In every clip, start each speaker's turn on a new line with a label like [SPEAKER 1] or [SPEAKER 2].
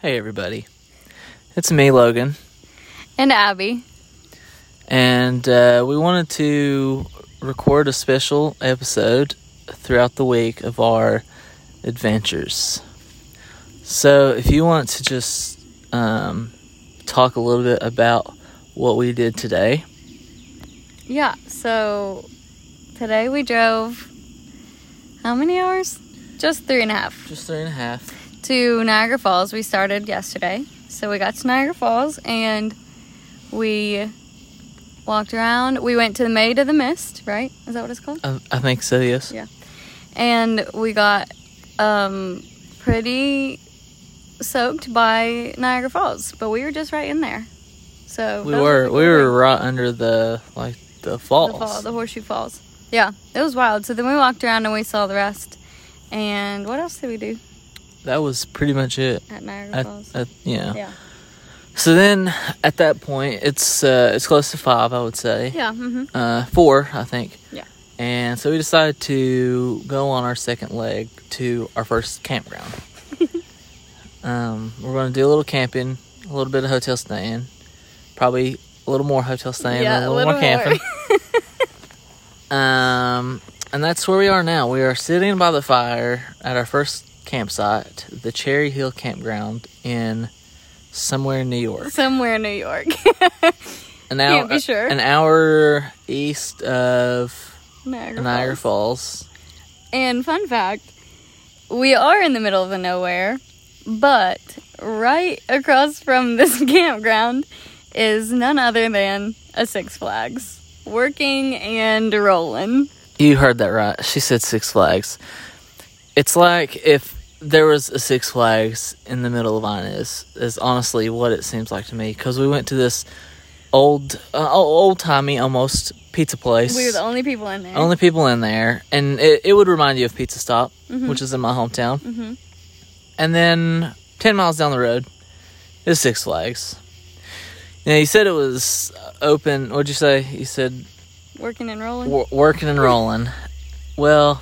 [SPEAKER 1] Hey, everybody. It's me, Logan,
[SPEAKER 2] And Abby.
[SPEAKER 1] and uh, we wanted to record a special episode throughout the week of our adventures. So, if you want to just um, talk a little bit about what we did today,
[SPEAKER 2] Yeah, so today we drove how many hours? Just three and a half
[SPEAKER 1] just three and a half.
[SPEAKER 2] to Niagara Falls. We started yesterday. So we got to Niagara Falls and we walked around. We went to the Maid of the Mist, right? Is that what it's called?
[SPEAKER 1] I, I think so, yes.
[SPEAKER 2] Yeah. And we got um, pretty soaked by Niagara Falls, but we were just right in there. So
[SPEAKER 1] we
[SPEAKER 2] that was
[SPEAKER 1] were
[SPEAKER 2] really
[SPEAKER 1] we
[SPEAKER 2] cool.
[SPEAKER 1] were right under the like the falls.
[SPEAKER 2] The, fall, the horseshoe falls. Yeah, it was wild. So then we walked around and we saw the rest. And what else did we do
[SPEAKER 1] that was pretty much it.
[SPEAKER 2] at Niagara
[SPEAKER 1] At,
[SPEAKER 2] Falls?
[SPEAKER 1] at, yeah.
[SPEAKER 2] yeah,
[SPEAKER 1] So then, at that point, it's uh, it's close to five, I would say.
[SPEAKER 2] yeah, hmm
[SPEAKER 1] Uh, four, I think.
[SPEAKER 2] Yeah.
[SPEAKER 1] And so we decided to go on our second leg to our first campground. um, we're going to do a little camping, a little bit of hotel staying, probably a little more hotel staying,
[SPEAKER 2] Yeah,
[SPEAKER 1] and a
[SPEAKER 2] a
[SPEAKER 1] little, more
[SPEAKER 2] little more.
[SPEAKER 1] camping. um, and that's where we are now. We are sitting by the fire at our first campsite, the Cherry Hill Campground in somewhere in New York.
[SPEAKER 2] somewhere in New York.
[SPEAKER 1] An hour,
[SPEAKER 2] Can't be sure.
[SPEAKER 1] An hour east of
[SPEAKER 2] Niagara,
[SPEAKER 1] Niagara
[SPEAKER 2] Falls.
[SPEAKER 1] Falls.
[SPEAKER 2] And fun fact, we are in the middle of nowhere, but right across from this campground is none other than a Six Flags, working and rolling.
[SPEAKER 1] You heard that right. She said Six Flags. It's like if there was a Six Flags in the middle of Inez, is honestly what it seems like to me. Because we went to this old, uh, old timey almost pizza place.
[SPEAKER 2] We were the only people in there.
[SPEAKER 1] only people in there, and it, it would remind you of Pizza Stop,
[SPEAKER 2] Mm-hmm.
[SPEAKER 1] which is in my hometown.
[SPEAKER 2] Mhm.
[SPEAKER 1] And then ten miles down the road is Six Flags. Now you said it was open. What'd you say? You said
[SPEAKER 2] working and rolling.
[SPEAKER 1] w- working and rolling. Well,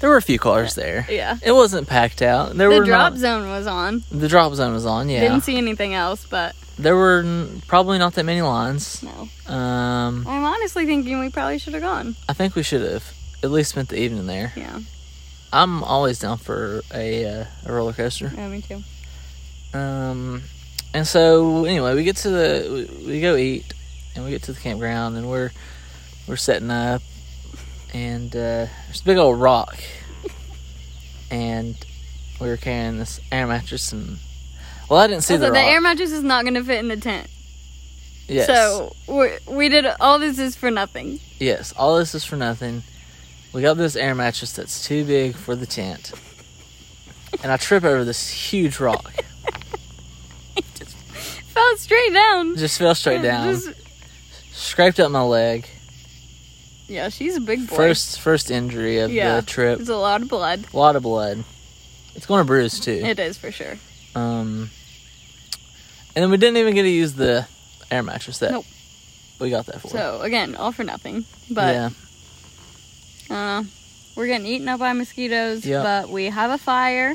[SPEAKER 1] there were a few cars there.
[SPEAKER 2] yeah.
[SPEAKER 1] It wasn't packed out. There
[SPEAKER 2] The
[SPEAKER 1] were
[SPEAKER 2] drop
[SPEAKER 1] not-
[SPEAKER 2] zone was on.
[SPEAKER 1] the drop zone was on. Yeah,
[SPEAKER 2] Didn't see anything else, but
[SPEAKER 1] there were n- probably not that many lines.
[SPEAKER 2] no.
[SPEAKER 1] Um,
[SPEAKER 2] I'm honestly thinking we probably should have gone.
[SPEAKER 1] I think we should have at least spent the evening there.
[SPEAKER 2] Yeah,
[SPEAKER 1] I'm always down for a, uh, a roller coaster.
[SPEAKER 2] yeah, me too.
[SPEAKER 1] Um, and so anyway, we get to the we, we go eat, and we get to the campground, and we're we're setting up, and uh, there's a big old rock, and we were carrying this air mattress, and well, I didn't see
[SPEAKER 2] also,
[SPEAKER 1] the,
[SPEAKER 2] Oh, the
[SPEAKER 1] rock.
[SPEAKER 2] air mattress is not going to fit in the tent.
[SPEAKER 1] yes,
[SPEAKER 2] So we we did all this is for nothing.
[SPEAKER 1] yes, all this is for nothing. We got this air mattress that's too big for the tent, and I trip over this huge rock.
[SPEAKER 2] Fell straight down.
[SPEAKER 1] Just fell straight down,
[SPEAKER 2] Just-
[SPEAKER 1] scraped up my leg.
[SPEAKER 2] yeah, she's a big boy.
[SPEAKER 1] First, first injury of
[SPEAKER 2] Yeah.
[SPEAKER 1] the trip.
[SPEAKER 2] it's a lot of blood.
[SPEAKER 1] A lot of blood. It's going to bruise too.
[SPEAKER 2] It is for sure.
[SPEAKER 1] um, and then we didn't even get to use the air mattress that
[SPEAKER 2] Nope.
[SPEAKER 1] we got that for.
[SPEAKER 2] So again, all for nothing. But
[SPEAKER 1] yeah,
[SPEAKER 2] uh, we're getting eaten up by mosquitoes.
[SPEAKER 1] Yep.
[SPEAKER 2] But we have a fire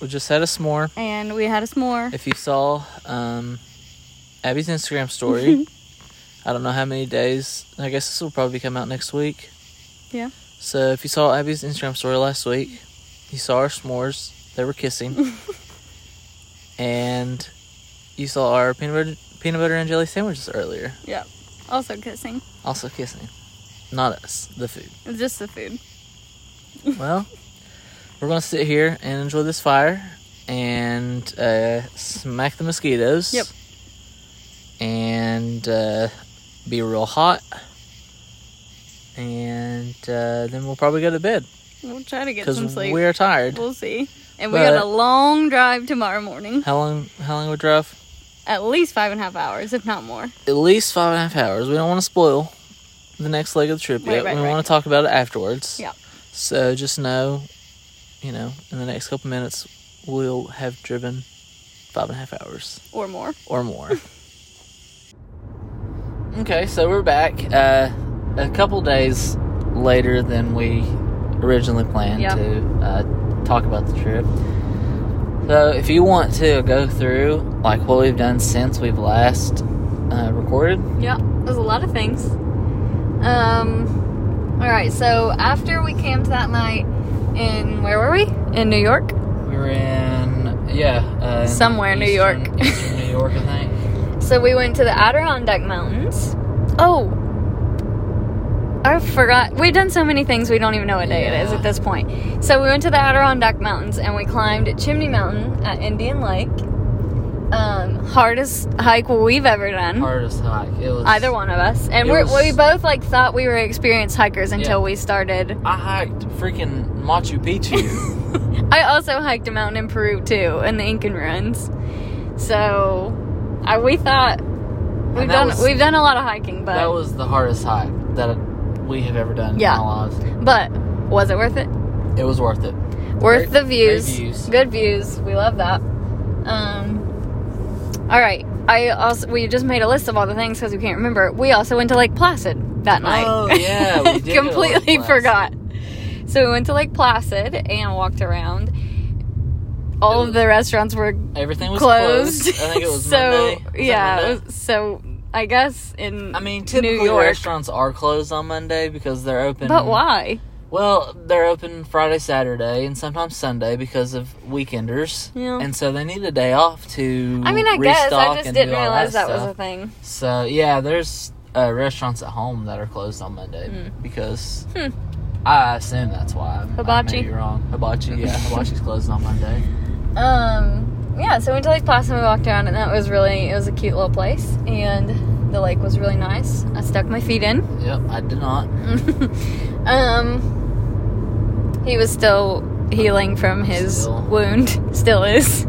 [SPEAKER 1] we just had a s'more.
[SPEAKER 2] and we had a s'more.
[SPEAKER 1] If you saw um, Abby's Instagram story, I don't know how many days. I guess this will probably come out next week.
[SPEAKER 2] Yeah.
[SPEAKER 1] So if you saw Abby's Instagram story last week, you saw our s'mores. They were kissing, and you saw our peanut butter, peanut butter and jelly sandwiches earlier.
[SPEAKER 2] Yep. Also kissing.
[SPEAKER 1] Also kissing. Not us, the food.
[SPEAKER 2] It's just the food.
[SPEAKER 1] Well, we're going to sit here and enjoy this fire and uh, smack the mosquitoes.
[SPEAKER 2] Yep.
[SPEAKER 1] And uh, be real hot. And uh, then we'll probably go to bed
[SPEAKER 2] We'll try to get
[SPEAKER 1] because
[SPEAKER 2] some sleep.
[SPEAKER 1] we're tired.
[SPEAKER 2] We'll see. And we got
[SPEAKER 1] But-
[SPEAKER 2] a long drive tomorrow morning.
[SPEAKER 1] How long? How long we drive?
[SPEAKER 2] At least five and a half hours, if not more.
[SPEAKER 1] At least five and a half hours. We don't want to spoil the next leg of the trip
[SPEAKER 2] Right,
[SPEAKER 1] yet.
[SPEAKER 2] right,
[SPEAKER 1] we
[SPEAKER 2] right.
[SPEAKER 1] want to talk about it afterwards.
[SPEAKER 2] Yep.
[SPEAKER 1] So just know, you know, in the next couple minutes, we'll have driven five and a half hours
[SPEAKER 2] Or more.
[SPEAKER 1] or more. okay, so we're back uh, a couple days later than we originally planned
[SPEAKER 2] Yeah.
[SPEAKER 1] to uh, talk about the trip. So So if you want to go through like what we've done since we've last uh, recorded,
[SPEAKER 2] Yeah, there's a lot of things. Um, all right. So after we camped that night in where were we? In New York.
[SPEAKER 1] we were in yeah uh,
[SPEAKER 2] Somewhere in New
[SPEAKER 1] eastern-
[SPEAKER 2] York. Mm-hmm.
[SPEAKER 1] eastern New York, I think.
[SPEAKER 2] So we went to the Adirondack Mountains. Oh, I forgot. We've done so many things we don't even know what day it is
[SPEAKER 1] Yeah.
[SPEAKER 2] at this point. So we went to the Adirondack Mountains and we climbed Chimney Mountain at Indian Lake. Um, hardest hike we've ever done.
[SPEAKER 1] Hardest hike. It was
[SPEAKER 2] Either one of us, and
[SPEAKER 1] It
[SPEAKER 2] we're,
[SPEAKER 1] was-
[SPEAKER 2] we both like thought we were experienced hikers until
[SPEAKER 1] Yeah.
[SPEAKER 2] we started.
[SPEAKER 1] I hiked freaking Machu Picchu.
[SPEAKER 2] I also hiked a mountain in Peru too, in the Incan ruins. So, I, we thought
[SPEAKER 1] that
[SPEAKER 2] we've done
[SPEAKER 1] was-
[SPEAKER 2] we've done a lot of hiking, but
[SPEAKER 1] that was the hardest hike that we have ever done
[SPEAKER 2] Yeah.
[SPEAKER 1] in our lives.
[SPEAKER 2] but was it worth it?
[SPEAKER 1] It was worth it.
[SPEAKER 2] Worth the views.
[SPEAKER 1] great views.
[SPEAKER 2] Good views. We love that. Um, all right. I also we just made a list of all the things because we can't remember. We also went to Lake Placid that night.
[SPEAKER 1] Oh, yeah, we did go to Lake
[SPEAKER 2] Completely
[SPEAKER 1] Placid.
[SPEAKER 2] forgot. So we went to Lake Placid and walked around. All of the restaurants were
[SPEAKER 1] Everything was
[SPEAKER 2] closed.
[SPEAKER 1] closed. I think it was
[SPEAKER 2] so
[SPEAKER 1] Monday. Was it
[SPEAKER 2] yeah.
[SPEAKER 1] Monday?
[SPEAKER 2] it was- so I guess in
[SPEAKER 1] I mean,
[SPEAKER 2] New
[SPEAKER 1] typically
[SPEAKER 2] York,
[SPEAKER 1] restaurants are closed on Monday because they're open.
[SPEAKER 2] but why?
[SPEAKER 1] Well, they're open Friday, Saturday, and sometimes Sunday because of weekenders.
[SPEAKER 2] Yeah.
[SPEAKER 1] And so they need a day off to.
[SPEAKER 2] Mm-hmm. I mean, I guess I
[SPEAKER 1] restock
[SPEAKER 2] just
[SPEAKER 1] and
[SPEAKER 2] didn't
[SPEAKER 1] do all
[SPEAKER 2] realize that, was a
[SPEAKER 1] stuff.
[SPEAKER 2] thing.
[SPEAKER 1] So yeah, there's uh, restaurants at home that are closed on Monday because
[SPEAKER 2] Hmm.
[SPEAKER 1] I assume that's why. I'm,
[SPEAKER 2] Hibachi.
[SPEAKER 1] I may be wrong. Hibachi. Yeah, hibachi's closed on Monday.
[SPEAKER 2] Um, yeah, so we went to Lake Placid and we walked around, and that was really, it was a cute little place, and the lake was really nice. I stuck my feet in.
[SPEAKER 1] Yep, I did not.
[SPEAKER 2] um, he was still healing from his
[SPEAKER 1] Still.
[SPEAKER 2] wound, still is,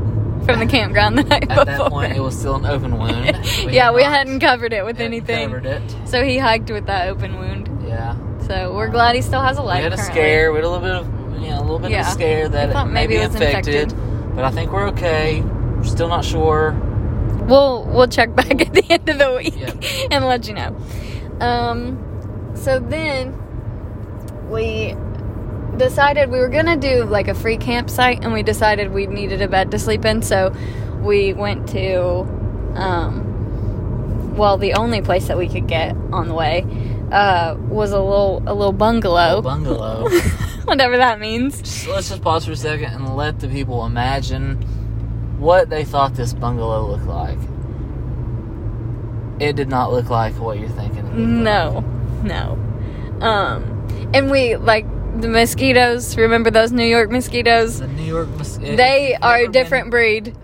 [SPEAKER 2] from the campground the night
[SPEAKER 1] At
[SPEAKER 2] before.
[SPEAKER 1] that point, it was still an open wound.
[SPEAKER 2] yeah,
[SPEAKER 1] had
[SPEAKER 2] we
[SPEAKER 1] not-
[SPEAKER 2] hadn't covered it with
[SPEAKER 1] hadn't
[SPEAKER 2] anything.
[SPEAKER 1] Covered it.
[SPEAKER 2] So he hiked with that open wound.
[SPEAKER 1] Yeah.
[SPEAKER 2] So we're glad he still has a
[SPEAKER 1] we
[SPEAKER 2] life.
[SPEAKER 1] had a
[SPEAKER 2] currently.
[SPEAKER 1] scare. We had a little bit of, you know, a little bit of
[SPEAKER 2] Yeah.
[SPEAKER 1] a scare that
[SPEAKER 2] I thought
[SPEAKER 1] it may
[SPEAKER 2] maybe
[SPEAKER 1] be
[SPEAKER 2] it was
[SPEAKER 1] infected, but I think we're okay. We're still not sure.
[SPEAKER 2] We'll we'll check back at the end of the week
[SPEAKER 1] Yeah.
[SPEAKER 2] and let you know. Um, so then we decided we were gonna do like a free campsite, and we decided we needed a bed to sleep in, so we went to um, well, the only place that we could get on the way uh, was a little a little
[SPEAKER 1] A
[SPEAKER 2] bungalow,
[SPEAKER 1] bungalow.
[SPEAKER 2] whatever that means.
[SPEAKER 1] Just- let's just pause for a second and let the people imagine what they thought this bungalow looked like. It did not look like what you're thinking. it looked
[SPEAKER 2] No, no. Um, and we like the mosquitoes. Remember those New York
[SPEAKER 1] like.
[SPEAKER 2] mosquitoes?
[SPEAKER 1] The New York. Mos- it-
[SPEAKER 2] They
[SPEAKER 1] it's
[SPEAKER 2] are a
[SPEAKER 1] never
[SPEAKER 2] different breed.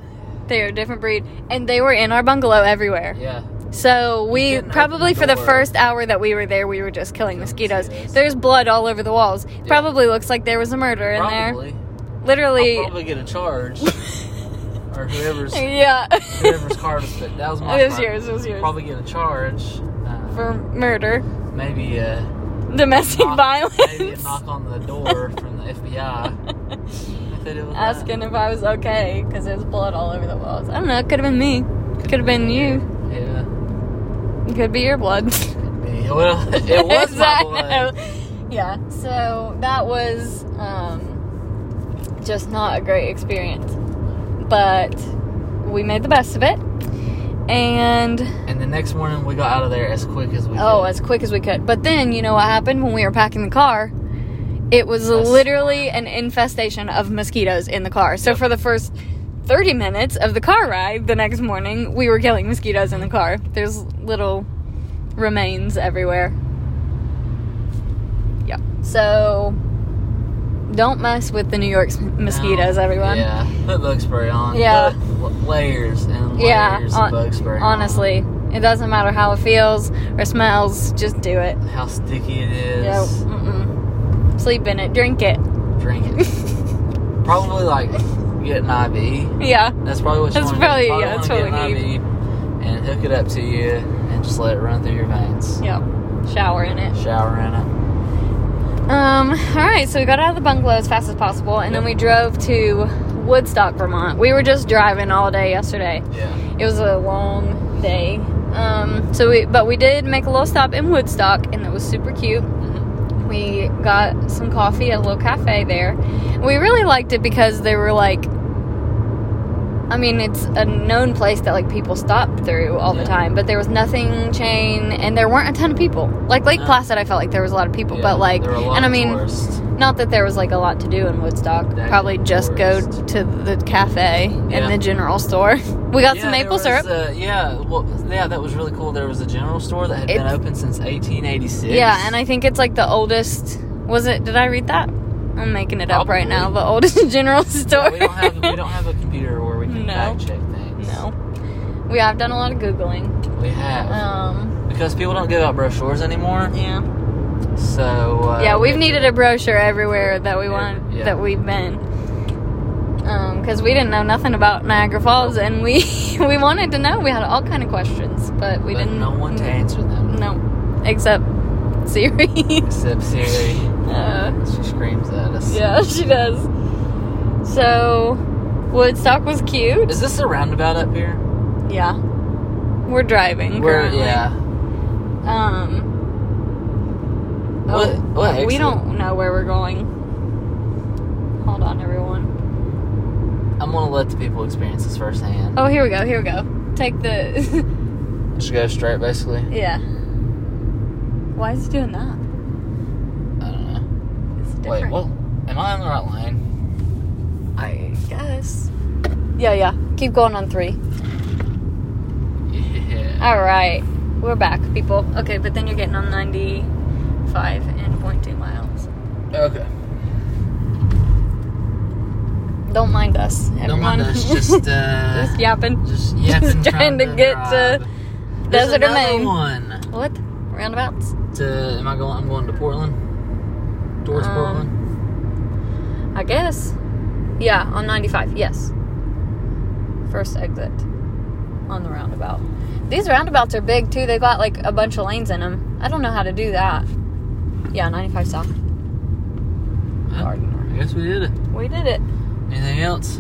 [SPEAKER 2] They are a different breed, and they were in our bungalow everywhere.
[SPEAKER 1] Been, yeah.
[SPEAKER 2] So we
[SPEAKER 1] couldn't
[SPEAKER 2] probably
[SPEAKER 1] open the
[SPEAKER 2] for the
[SPEAKER 1] door.
[SPEAKER 2] first hour that we were there, we were just killing
[SPEAKER 1] Killing
[SPEAKER 2] mosquitoes.
[SPEAKER 1] mosquitoes.
[SPEAKER 2] There's blood all over the walls. Probably looks like there was a murder in
[SPEAKER 1] Probably.
[SPEAKER 2] there.
[SPEAKER 1] I'll
[SPEAKER 2] Literally,
[SPEAKER 1] probably get a charge. or whoever's
[SPEAKER 2] yeah.
[SPEAKER 1] whoever's car was fit. That was my.
[SPEAKER 2] It was
[SPEAKER 1] car.
[SPEAKER 2] yours, it was yours.
[SPEAKER 1] Probably get a charge. Uh,
[SPEAKER 2] for murder,
[SPEAKER 1] maybe uh,
[SPEAKER 2] domestic
[SPEAKER 1] knock- Maybe a
[SPEAKER 2] violence.
[SPEAKER 1] knock on the door from the FBI. I thought it was that.
[SPEAKER 2] asking if I was okay because there's blood all over the walls. I don't know. It could have been me. Could have been you.
[SPEAKER 1] Yeah.
[SPEAKER 2] It could be your blood.
[SPEAKER 1] Yeah, Well, it was my
[SPEAKER 2] Exactly.
[SPEAKER 1] blood.
[SPEAKER 2] Yeah. So that was um, just not a great experience, but we made the best of it. And
[SPEAKER 1] And the next morning, we got out of there as quick as we
[SPEAKER 2] oh,
[SPEAKER 1] could.
[SPEAKER 2] as quick as we could. But then you know what happened when we were packing the car. It was
[SPEAKER 1] That's-
[SPEAKER 2] literally an infestation of mosquitoes in the car. So
[SPEAKER 1] Yep.
[SPEAKER 2] for the first 30 minutes of the car ride the next morning, we were killing mosquitoes in the car. There's little remains everywhere. Yeah. So don't mess with the New York s- mosquitoes,
[SPEAKER 1] Now,
[SPEAKER 2] everyone.
[SPEAKER 1] Yeah, put bug spray on.
[SPEAKER 2] Yeah.
[SPEAKER 1] Put l- layers and
[SPEAKER 2] Yeah,
[SPEAKER 1] layers
[SPEAKER 2] hon-
[SPEAKER 1] of bug spray. on.
[SPEAKER 2] Honestly, it doesn't matter how it feels or smells, just do it.
[SPEAKER 1] how sticky it
[SPEAKER 2] Yeah.
[SPEAKER 1] is.
[SPEAKER 2] Mm-mm. Sleep in it, drink it.
[SPEAKER 1] Drink it. probably like get an IV.
[SPEAKER 2] Yeah.
[SPEAKER 1] That's probably what you
[SPEAKER 2] That's
[SPEAKER 1] want
[SPEAKER 2] probably-
[SPEAKER 1] to do.
[SPEAKER 2] yeah, that's
[SPEAKER 1] wanna
[SPEAKER 2] what
[SPEAKER 1] get
[SPEAKER 2] we
[SPEAKER 1] an IV and hook it up to you and just let it run through your veins.
[SPEAKER 2] Yep. Shower in it.
[SPEAKER 1] Shower in it.
[SPEAKER 2] Um, all right, so we got out of the bungalow as fast as possible and then we drove to Woodstock, Vermont. We were just driving all day yesterday.
[SPEAKER 1] Yeah.
[SPEAKER 2] It was a long day. Um, so we but we did make a little stop in Woodstock and it was super cute.
[SPEAKER 1] Mm-hmm.
[SPEAKER 2] We got some coffee at a little cafe there. We really liked it because there were like I mean, it's a known place that like people stop through all
[SPEAKER 1] Yeah.
[SPEAKER 2] the time, but there was nothing chain, and there weren't a ton of people. Like Lake
[SPEAKER 1] No.
[SPEAKER 2] Placid, I felt like there was a lot of people,
[SPEAKER 1] Yeah,
[SPEAKER 2] but like,
[SPEAKER 1] there were a lot
[SPEAKER 2] and I
[SPEAKER 1] of
[SPEAKER 2] mean,
[SPEAKER 1] tourists.
[SPEAKER 2] not that there was like a lot to do in Woodstock.
[SPEAKER 1] That
[SPEAKER 2] Probably just go
[SPEAKER 1] tourist.
[SPEAKER 2] to the cafe
[SPEAKER 1] Yeah.
[SPEAKER 2] and the general store. We got
[SPEAKER 1] Yeah,
[SPEAKER 2] some
[SPEAKER 1] there
[SPEAKER 2] maple
[SPEAKER 1] was,
[SPEAKER 2] syrup.
[SPEAKER 1] uh, yeah, well, yeah, that was really cool. There was a general store that had been
[SPEAKER 2] It's-
[SPEAKER 1] open since 1886.
[SPEAKER 2] Yeah, and I think it's like the oldest. Was it? Did I read that? I'm making it up right
[SPEAKER 1] Probably.
[SPEAKER 2] now. The oldest general store.
[SPEAKER 1] we don't have we don't have a computer where we can
[SPEAKER 2] No.
[SPEAKER 1] fact check things.
[SPEAKER 2] no. We have done a lot of googling.
[SPEAKER 1] we have
[SPEAKER 2] Um,
[SPEAKER 1] because people don't give out brochures anymore.
[SPEAKER 2] yeah.
[SPEAKER 1] So uh,
[SPEAKER 2] Yeah, we've
[SPEAKER 1] we-
[SPEAKER 2] needed a brochure everywhere that we
[SPEAKER 1] Yeah,
[SPEAKER 2] want
[SPEAKER 1] yeah.
[SPEAKER 2] that we've been. Um, because we didn't know nothing about Niagara Falls, and we we wanted to know. We had all kind of questions, but we
[SPEAKER 1] but
[SPEAKER 2] didn't.
[SPEAKER 1] No one to answer them
[SPEAKER 2] No, except Siri.
[SPEAKER 1] except Siri.
[SPEAKER 2] Uh.
[SPEAKER 1] she screams at us.
[SPEAKER 2] Yeah, she does. So, Woodstock was cute.
[SPEAKER 1] Is this a roundabout up here?
[SPEAKER 2] Yeah. We're driving.
[SPEAKER 1] We're
[SPEAKER 2] currently.
[SPEAKER 1] yeah.
[SPEAKER 2] Um.
[SPEAKER 1] What-
[SPEAKER 2] oh,
[SPEAKER 1] what
[SPEAKER 2] we
[SPEAKER 1] exit?
[SPEAKER 2] don't know where we're going. Hold on, everyone.
[SPEAKER 1] I'm gonna let the people experience this firsthand.
[SPEAKER 2] Oh, here we go. Here we go. Take the.
[SPEAKER 1] Just go straight, basically.
[SPEAKER 2] yeah. Why is it doing that?
[SPEAKER 1] I don't know.
[SPEAKER 2] It's different.
[SPEAKER 1] Wait, what? Am I on the right line?
[SPEAKER 2] I guess. Yeah, yeah. Keep going on three.
[SPEAKER 1] Yeah.
[SPEAKER 2] All right, we're back, people. Okay, but then you're getting on 95 and 0.2 miles.
[SPEAKER 1] Okay.
[SPEAKER 2] Don't mind us, everyone.
[SPEAKER 1] Don't mind us. Just uh,
[SPEAKER 2] Just yapping.
[SPEAKER 1] just yapping,
[SPEAKER 2] trying to get to
[SPEAKER 1] There's
[SPEAKER 2] Desert
[SPEAKER 1] another
[SPEAKER 2] Domain.
[SPEAKER 1] One.
[SPEAKER 2] What? Roundabouts?
[SPEAKER 1] To, am I going? I'm going to Portland. Towards
[SPEAKER 2] Um,
[SPEAKER 1] Portland.
[SPEAKER 2] I guess. Yeah, on 95. Yes. First exit on the roundabout. These roundabouts are big too. They got like a bunch of lanes in them. I don't know how to do that. Yeah, 95 south.
[SPEAKER 1] Huh? I guess we did it.
[SPEAKER 2] We did it.
[SPEAKER 1] Anything else?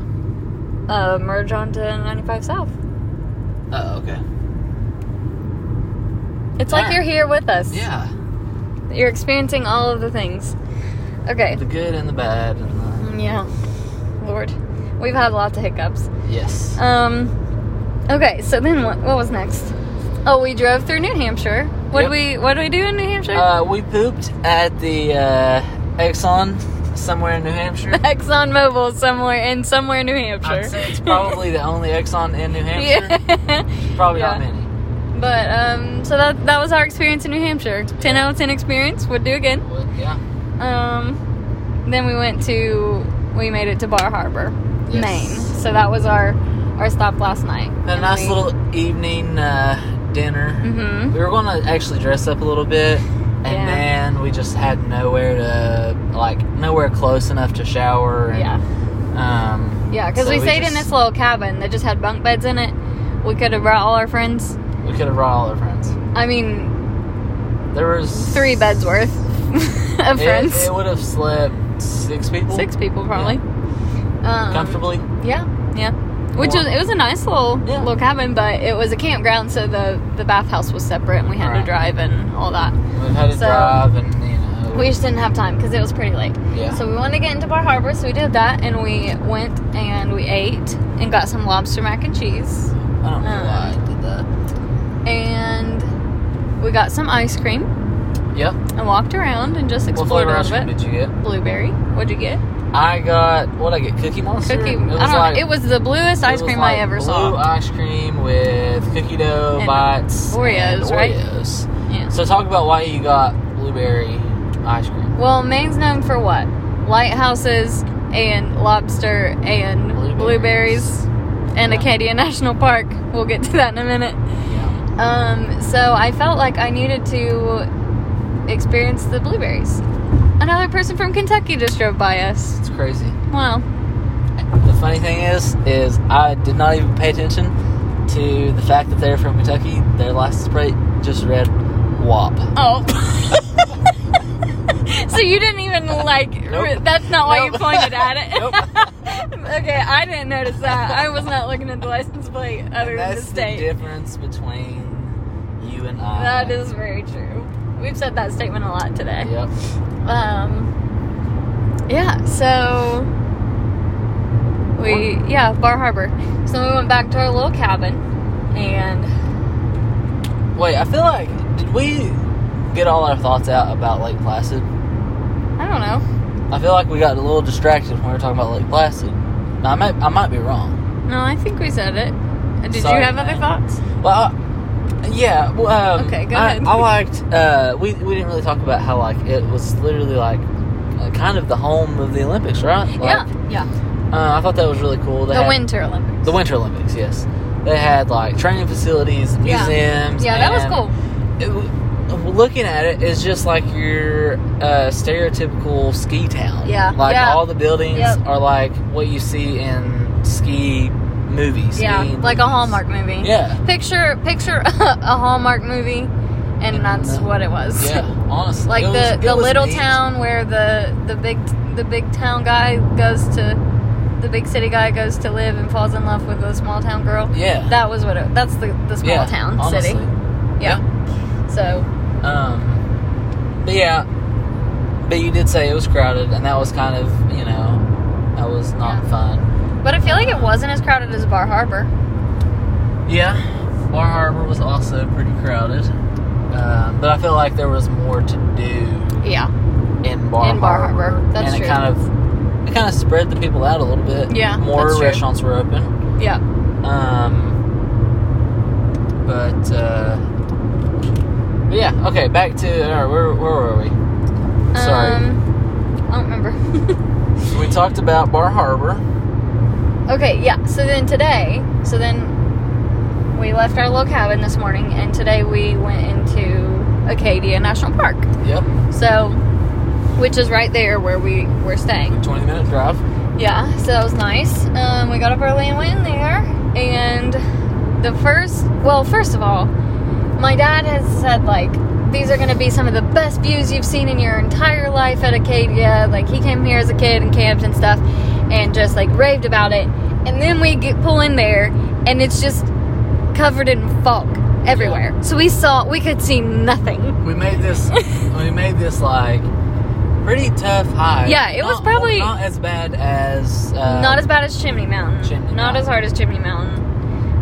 [SPEAKER 2] Uh, merge onto 95 south.
[SPEAKER 1] Oh, okay.
[SPEAKER 2] It's like
[SPEAKER 1] Yeah.
[SPEAKER 2] you're here with us.
[SPEAKER 1] Yeah.
[SPEAKER 2] You're experiencing all of the things. Okay.
[SPEAKER 1] The good and the bad and the
[SPEAKER 2] Yeah. Lord. We've had lots of hiccups.
[SPEAKER 1] yes.
[SPEAKER 2] Um Okay, so then what what was next? Oh, we drove through New Hampshire. What
[SPEAKER 1] Yep.
[SPEAKER 2] do we what do we do in New Hampshire?
[SPEAKER 1] Uh, we pooped at the uh, Exxon somewhere in New Hampshire.
[SPEAKER 2] Exxon Mobil somewhere in somewhere in New Hampshire.
[SPEAKER 1] I'd say it's probably the only Exxon in New Hampshire.
[SPEAKER 2] yeah.
[SPEAKER 1] Probably not
[SPEAKER 2] Yeah.
[SPEAKER 1] many.
[SPEAKER 2] But um so that that was our experience in New Hampshire. 10 out of 10 experience. Would do again.
[SPEAKER 1] Well, yeah.
[SPEAKER 2] Um then we went to we made it to Bar Harbor,
[SPEAKER 1] Yes.
[SPEAKER 2] Maine. So that was our our stop last night.
[SPEAKER 1] Had a
[SPEAKER 2] And
[SPEAKER 1] nice
[SPEAKER 2] we-
[SPEAKER 1] little evening uh, dinner.
[SPEAKER 2] Mhm.
[SPEAKER 1] We were going to actually dress up a little bit, and
[SPEAKER 2] Yeah.
[SPEAKER 1] man, we just had nowhere to like nowhere close enough to shower. And,
[SPEAKER 2] Yeah.
[SPEAKER 1] Um,
[SPEAKER 2] Yeah, because
[SPEAKER 1] So
[SPEAKER 2] we
[SPEAKER 1] we
[SPEAKER 2] stayed in
[SPEAKER 1] just-
[SPEAKER 2] this little cabin that just had bunk beds in it. We could have brought all our friends.
[SPEAKER 1] we could have brought all our friends.
[SPEAKER 2] I mean,
[SPEAKER 1] There was
[SPEAKER 2] three beds worth of
[SPEAKER 1] It-
[SPEAKER 2] friends.
[SPEAKER 1] It, would have slept six people.
[SPEAKER 2] Six people probably. Um,
[SPEAKER 1] comfortably.
[SPEAKER 2] Yeah, yeah. Which
[SPEAKER 1] Or-
[SPEAKER 2] was it was a nice little
[SPEAKER 1] Yeah.
[SPEAKER 2] little cabin, but it was a campground, so the the bathhouse was separate, and we had to
[SPEAKER 1] Right.
[SPEAKER 2] drive and all that.
[SPEAKER 1] We've had to
[SPEAKER 2] So-
[SPEAKER 1] drive, and you know,
[SPEAKER 2] We just didn't have time because it was pretty late.
[SPEAKER 1] yeah.
[SPEAKER 2] So we wanted to get into Bar Harbor, so we did that, and we went and we ate and got some lobster mac and cheese, Um,
[SPEAKER 1] I don't know
[SPEAKER 2] uh,
[SPEAKER 1] why Oh, I did that.
[SPEAKER 2] and we got some ice cream.
[SPEAKER 1] Yep.
[SPEAKER 2] and walked around and just
[SPEAKER 1] What
[SPEAKER 2] explored
[SPEAKER 1] flavor
[SPEAKER 2] a
[SPEAKER 1] ice
[SPEAKER 2] little
[SPEAKER 1] cream
[SPEAKER 2] bit.
[SPEAKER 1] did you get?
[SPEAKER 2] Blueberry. What'd you get?
[SPEAKER 1] I got what I get cookie monster.
[SPEAKER 2] Cookie.
[SPEAKER 1] It was
[SPEAKER 2] I don't
[SPEAKER 1] like-
[SPEAKER 2] know. It was the bluest ice
[SPEAKER 1] It was
[SPEAKER 2] cream
[SPEAKER 1] like
[SPEAKER 2] I ever
[SPEAKER 1] blue
[SPEAKER 2] saw.
[SPEAKER 1] ice cream with cookie dough
[SPEAKER 2] And
[SPEAKER 1] bites, and
[SPEAKER 2] Oreos, right?
[SPEAKER 1] Oreos.
[SPEAKER 2] Yeah.
[SPEAKER 1] So talk about why you got blueberry ice cream.
[SPEAKER 2] Well, Maine's known for what? Lighthouses and lobster and blueberries,
[SPEAKER 1] Blueberries.
[SPEAKER 2] and
[SPEAKER 1] Yeah.
[SPEAKER 2] Acadia National Park. We'll get to that in a minute.
[SPEAKER 1] Yeah.
[SPEAKER 2] Um, so I felt like I needed to experience the blueberries. Another person from Kentucky just drove by us.
[SPEAKER 1] It's crazy.
[SPEAKER 2] Wow.
[SPEAKER 1] The funny thing is, is I did not even pay attention to the fact that they're from Kentucky. Their license plate just read WAP.
[SPEAKER 2] Oh. so you didn't even like. re-
[SPEAKER 1] Nope.
[SPEAKER 2] That's not why you
[SPEAKER 1] Nope.
[SPEAKER 2] pointed at it.
[SPEAKER 1] Nope.
[SPEAKER 2] okay, I didn't notice that. I was not looking at the license plate other than the
[SPEAKER 1] That's the
[SPEAKER 2] state.
[SPEAKER 1] difference between you and I.
[SPEAKER 2] That is very true. We've said that statement a lot today.
[SPEAKER 1] Yep.
[SPEAKER 2] Um. Yeah. So. we yeah Bar Harbor. So then we went back to our little cabin, and
[SPEAKER 1] Wait, I feel like did we get all our thoughts out about Lake Placid?
[SPEAKER 2] I don't know.
[SPEAKER 1] I feel like we got a little distracted when we were talking about Lake Placid. Now I might I might be wrong.
[SPEAKER 2] No, I think we said it. Uh, Did
[SPEAKER 1] Sorry,
[SPEAKER 2] you have
[SPEAKER 1] man.
[SPEAKER 2] other thoughts?
[SPEAKER 1] Well, I, yeah. Well, um,
[SPEAKER 2] Okay, go
[SPEAKER 1] I,
[SPEAKER 2] ahead.
[SPEAKER 1] I liked. Uh, we we didn't really talk about how like it was literally like uh, kind of the home of the Olympics, right? Like,
[SPEAKER 2] yeah, yeah.
[SPEAKER 1] Uh, I thought that was really cool. They
[SPEAKER 2] The
[SPEAKER 1] had-
[SPEAKER 2] Winter Olympics.
[SPEAKER 1] The Winter Olympics, yes. They had like training facilities,
[SPEAKER 2] Yeah.
[SPEAKER 1] museums.
[SPEAKER 2] yeah, that was
[SPEAKER 1] and
[SPEAKER 2] cool.
[SPEAKER 1] it w- looking at it is just like your uh, stereotypical ski town.
[SPEAKER 2] Yeah.
[SPEAKER 1] Like
[SPEAKER 2] Yeah.
[SPEAKER 1] all the buildings
[SPEAKER 2] Yep.
[SPEAKER 1] are like what you see in ski movies.
[SPEAKER 2] Yeah,
[SPEAKER 1] ski
[SPEAKER 2] like
[SPEAKER 1] movies.
[SPEAKER 2] a Hallmark movie.
[SPEAKER 1] Yeah.
[SPEAKER 2] Picture picture a Hallmark movie, and
[SPEAKER 1] And
[SPEAKER 2] that's
[SPEAKER 1] the-
[SPEAKER 2] what it was.
[SPEAKER 1] Yeah. Honestly.
[SPEAKER 2] like
[SPEAKER 1] It was-
[SPEAKER 2] the
[SPEAKER 1] it
[SPEAKER 2] the
[SPEAKER 1] was
[SPEAKER 2] little
[SPEAKER 1] neat.
[SPEAKER 2] town where the the big the big town guy goes to the big city guy goes to live and falls in love with a small town girl.
[SPEAKER 1] Yeah.
[SPEAKER 2] That was what it. That's the the small
[SPEAKER 1] yeah,
[SPEAKER 2] town
[SPEAKER 1] honestly.
[SPEAKER 2] city. Yeah. So
[SPEAKER 1] Um. But yeah. But you did say it was crowded, and that was kind of you know that was not
[SPEAKER 2] Yeah.
[SPEAKER 1] fun.
[SPEAKER 2] But I feel like it wasn't as crowded as Bar Harbor.
[SPEAKER 1] Yeah, Bar Harbor was also pretty crowded, um, but I feel like there was more to do
[SPEAKER 2] Yeah.
[SPEAKER 1] in Bar Harbor.
[SPEAKER 2] In Bar Harbor, that's
[SPEAKER 1] and
[SPEAKER 2] true.
[SPEAKER 1] it kind of it kind of spread the people out a little bit.
[SPEAKER 2] Yeah,
[SPEAKER 1] more
[SPEAKER 2] that's true.
[SPEAKER 1] restaurants were open.
[SPEAKER 2] Yeah.
[SPEAKER 1] Um, but uh, but yeah, okay. Back to all right, where where were we? Sorry.
[SPEAKER 2] Um, I don't remember.
[SPEAKER 1] We talked about Bar Harbor.
[SPEAKER 2] okay, yeah. So then today, so then we left our little cabin this morning and today we went into Acadia National Park.
[SPEAKER 1] Yep,
[SPEAKER 2] So which is right there where we were staying.
[SPEAKER 1] twenty minute drive.
[SPEAKER 2] Yeah, so that was nice. Um, we got up early and went in there. And the first, well, first of all, my dad has said, like, these are going to be some of the best views you've seen in your entire life at Acadia. Like, he came here as a kid and camped and stuff and just, like, raved about it. And then we get, pull in there and it's just covered in fog everywhere. So we saw, we could see nothing.
[SPEAKER 1] We made this. we made this like pretty tough hike.
[SPEAKER 2] Yeah, it was
[SPEAKER 1] Not-
[SPEAKER 2] probably-
[SPEAKER 1] not as bad as uh,
[SPEAKER 2] Not as bad as Chimney Mountain.
[SPEAKER 1] Chimney
[SPEAKER 2] Not
[SPEAKER 1] Mountain.
[SPEAKER 2] as hard as Chimney Mountain.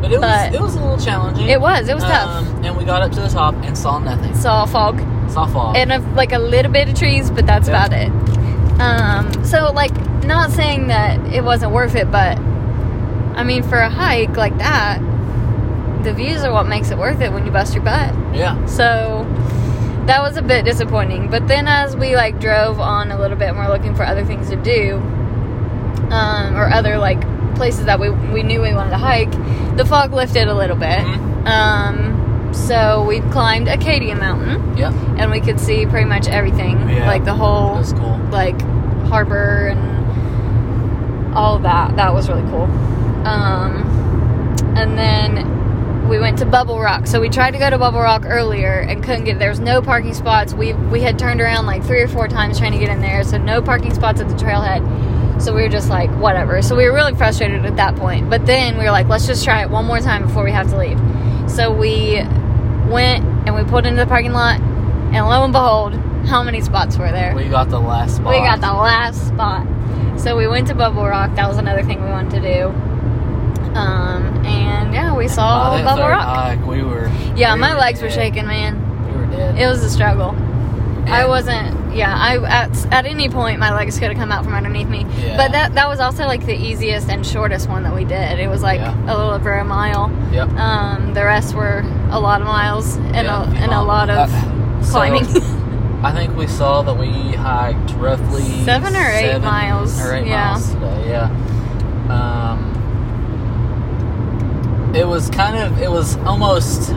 [SPEAKER 1] but it was
[SPEAKER 2] but-
[SPEAKER 1] it was a little challenging.
[SPEAKER 2] It was, it was tough.
[SPEAKER 1] Um, and we got up to the top and saw nothing.
[SPEAKER 2] Saw fog.
[SPEAKER 1] Saw fog.
[SPEAKER 2] and a, like a little bit of trees, but that's
[SPEAKER 1] Yeah.
[SPEAKER 2] about it. Um, so like, not saying that it wasn't worth it, but I mean, for a hike like that, the views are what makes it worth it when you bust your butt.
[SPEAKER 1] yeah,
[SPEAKER 2] So that was a bit disappointing. But then as we like drove on a little bit and we're looking for other things to do, um, or other like places that we we knew we wanted to hike, the fog lifted a little bit.
[SPEAKER 1] Mhm.
[SPEAKER 2] Um, so we climbed Acadia Mountain
[SPEAKER 1] yeah,
[SPEAKER 2] and we could see pretty much everything
[SPEAKER 1] Yeah.
[SPEAKER 2] like the
[SPEAKER 1] it
[SPEAKER 2] whole
[SPEAKER 1] was cool.
[SPEAKER 2] like harbor and all of that that was really cool um, and then we went to bubble rock so we tried to go to bubble rock earlier and couldn't get there was no parking spots we we had turned around like three or four times trying to get in there so no parking spots at the trailhead so we were just like whatever so we were really frustrated at that point but then we were like let's just try it one more time before we have to leave so we went and we pulled into the parking lot and lo and behold how many spots were there
[SPEAKER 1] We got the last spot.
[SPEAKER 2] we got the last spot. So we went to Bubble Rock. That was another thing we wanted to do. Um, and yeah, we saw
[SPEAKER 1] By that
[SPEAKER 2] Bubble
[SPEAKER 1] third
[SPEAKER 2] Rock.
[SPEAKER 1] hike, we were.
[SPEAKER 2] Yeah,
[SPEAKER 1] we
[SPEAKER 2] my
[SPEAKER 1] were
[SPEAKER 2] legs were
[SPEAKER 1] dead.
[SPEAKER 2] shaking, man.
[SPEAKER 1] We were dead.
[SPEAKER 2] It was a struggle. I
[SPEAKER 1] And-
[SPEAKER 2] wasn't. Yeah, I at, at any point my legs could have come out from underneath me.
[SPEAKER 1] Yeah.
[SPEAKER 2] But that that was also like the easiest and shortest one that we did. It was like
[SPEAKER 1] Yeah.
[SPEAKER 2] a little over a mile.
[SPEAKER 1] Yep.
[SPEAKER 2] Um, the rest were a lot of miles and
[SPEAKER 1] yeah,
[SPEAKER 2] a, and a
[SPEAKER 1] um,
[SPEAKER 2] lot of
[SPEAKER 1] uh, so,
[SPEAKER 2] climbing.
[SPEAKER 1] I think we saw that we hiked roughly
[SPEAKER 2] Seven or eight
[SPEAKER 1] seven
[SPEAKER 2] miles,
[SPEAKER 1] Or eight
[SPEAKER 2] yeah.
[SPEAKER 1] miles today, yeah. Um, it was kind of, it was almost,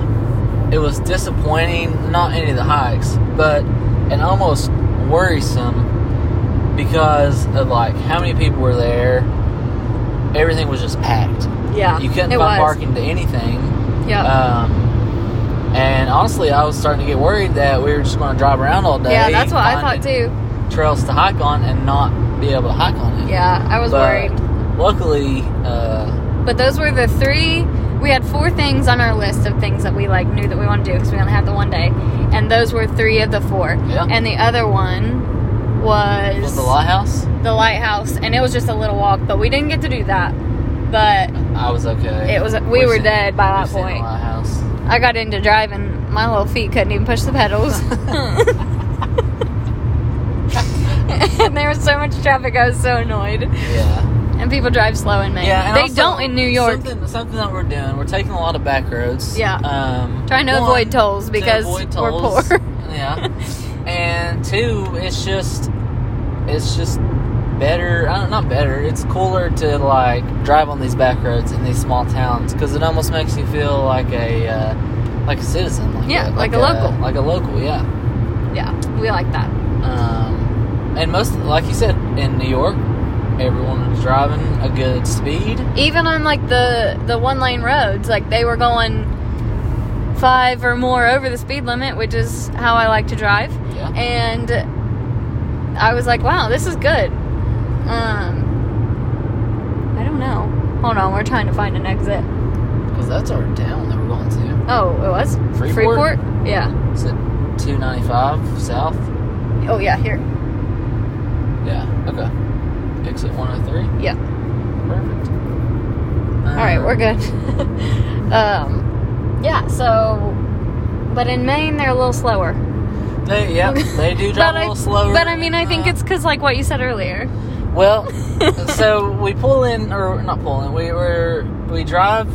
[SPEAKER 1] it was disappointing. Not any of the hikes, but and almost worrisome because of like how many people were there. Everything was just packed.
[SPEAKER 2] yeah,
[SPEAKER 1] You couldn't
[SPEAKER 2] it
[SPEAKER 1] find
[SPEAKER 2] was.
[SPEAKER 1] parking to anything.
[SPEAKER 2] Yeah.
[SPEAKER 1] Um, and honestly, I was starting to get worried that we were just going to drive around all day.
[SPEAKER 2] yeah, that's what I
[SPEAKER 1] finding
[SPEAKER 2] thought too.
[SPEAKER 1] Trails to hike on and not be able to hike on it.
[SPEAKER 2] Yeah, I was
[SPEAKER 1] But
[SPEAKER 2] worried.
[SPEAKER 1] Luckily, uh,
[SPEAKER 2] But those were the three. We had four things on our list of things that we like knew that we wanted to do because we only had the one day, and those were three of the four.
[SPEAKER 1] Yeah.
[SPEAKER 2] And the other one was,
[SPEAKER 1] Was the lighthouse?
[SPEAKER 2] the lighthouse, and it was just a little walk, but we didn't get to do that. But
[SPEAKER 1] I was okay.
[SPEAKER 2] it was we
[SPEAKER 1] We've
[SPEAKER 2] were
[SPEAKER 1] seen-
[SPEAKER 2] dead by
[SPEAKER 1] we've
[SPEAKER 2] that
[SPEAKER 1] seen the
[SPEAKER 2] point.
[SPEAKER 1] lighthouse.
[SPEAKER 2] I got into driving, my little feet couldn't even push the pedals. and there was so much traffic, I was so annoyed.
[SPEAKER 1] Yeah.
[SPEAKER 2] And people drive slow in Maine.
[SPEAKER 1] Yeah. and
[SPEAKER 2] they
[SPEAKER 1] also,
[SPEAKER 2] don't in New York.
[SPEAKER 1] Something, something that we're doing, we're taking a lot of back roads.
[SPEAKER 2] Yeah.
[SPEAKER 1] Um,
[SPEAKER 2] Trying to
[SPEAKER 1] one,
[SPEAKER 2] avoid tolls
[SPEAKER 1] to
[SPEAKER 2] because
[SPEAKER 1] avoid
[SPEAKER 2] we're
[SPEAKER 1] tolls.
[SPEAKER 2] poor.
[SPEAKER 1] yeah. And two, it's just, it's just better. I don't, not better. It's cooler to like drive on these back roads in these small towns because it almost makes you feel like a, uh, like a citizen. Like
[SPEAKER 2] Yeah,
[SPEAKER 1] a,
[SPEAKER 2] like a local.
[SPEAKER 1] Like a local. Yeah.
[SPEAKER 2] yeah, we like that.
[SPEAKER 1] Um, and most, like you said, in New York, everyone was driving a good speed.
[SPEAKER 2] Even on like the the one lane roads, like they were going five or more over the speed limit, which is how I like to drive.
[SPEAKER 1] Yeah.
[SPEAKER 2] and I was like, wow, this is good. Um, I don't know. Hold on, we're trying to find an exit.
[SPEAKER 1] Because that's our town that we're going to.
[SPEAKER 2] Oh, it was
[SPEAKER 1] Freeport?
[SPEAKER 2] Yeah.
[SPEAKER 1] Is it 295 south?
[SPEAKER 2] Oh yeah, here.
[SPEAKER 1] Yeah. Okay. Exit 103?
[SPEAKER 2] Yeah.
[SPEAKER 1] Perfect.
[SPEAKER 2] All right, we're good. um, yeah. So, but in Maine, they're a little slower.
[SPEAKER 1] They, yeah, they do drive
[SPEAKER 2] but
[SPEAKER 1] a little
[SPEAKER 2] I,
[SPEAKER 1] slower.
[SPEAKER 2] But I mean, I
[SPEAKER 1] than,
[SPEAKER 2] think
[SPEAKER 1] uh,
[SPEAKER 2] it's because like what you said earlier.
[SPEAKER 1] Well, so we pull in, or not pull in, we were, we drive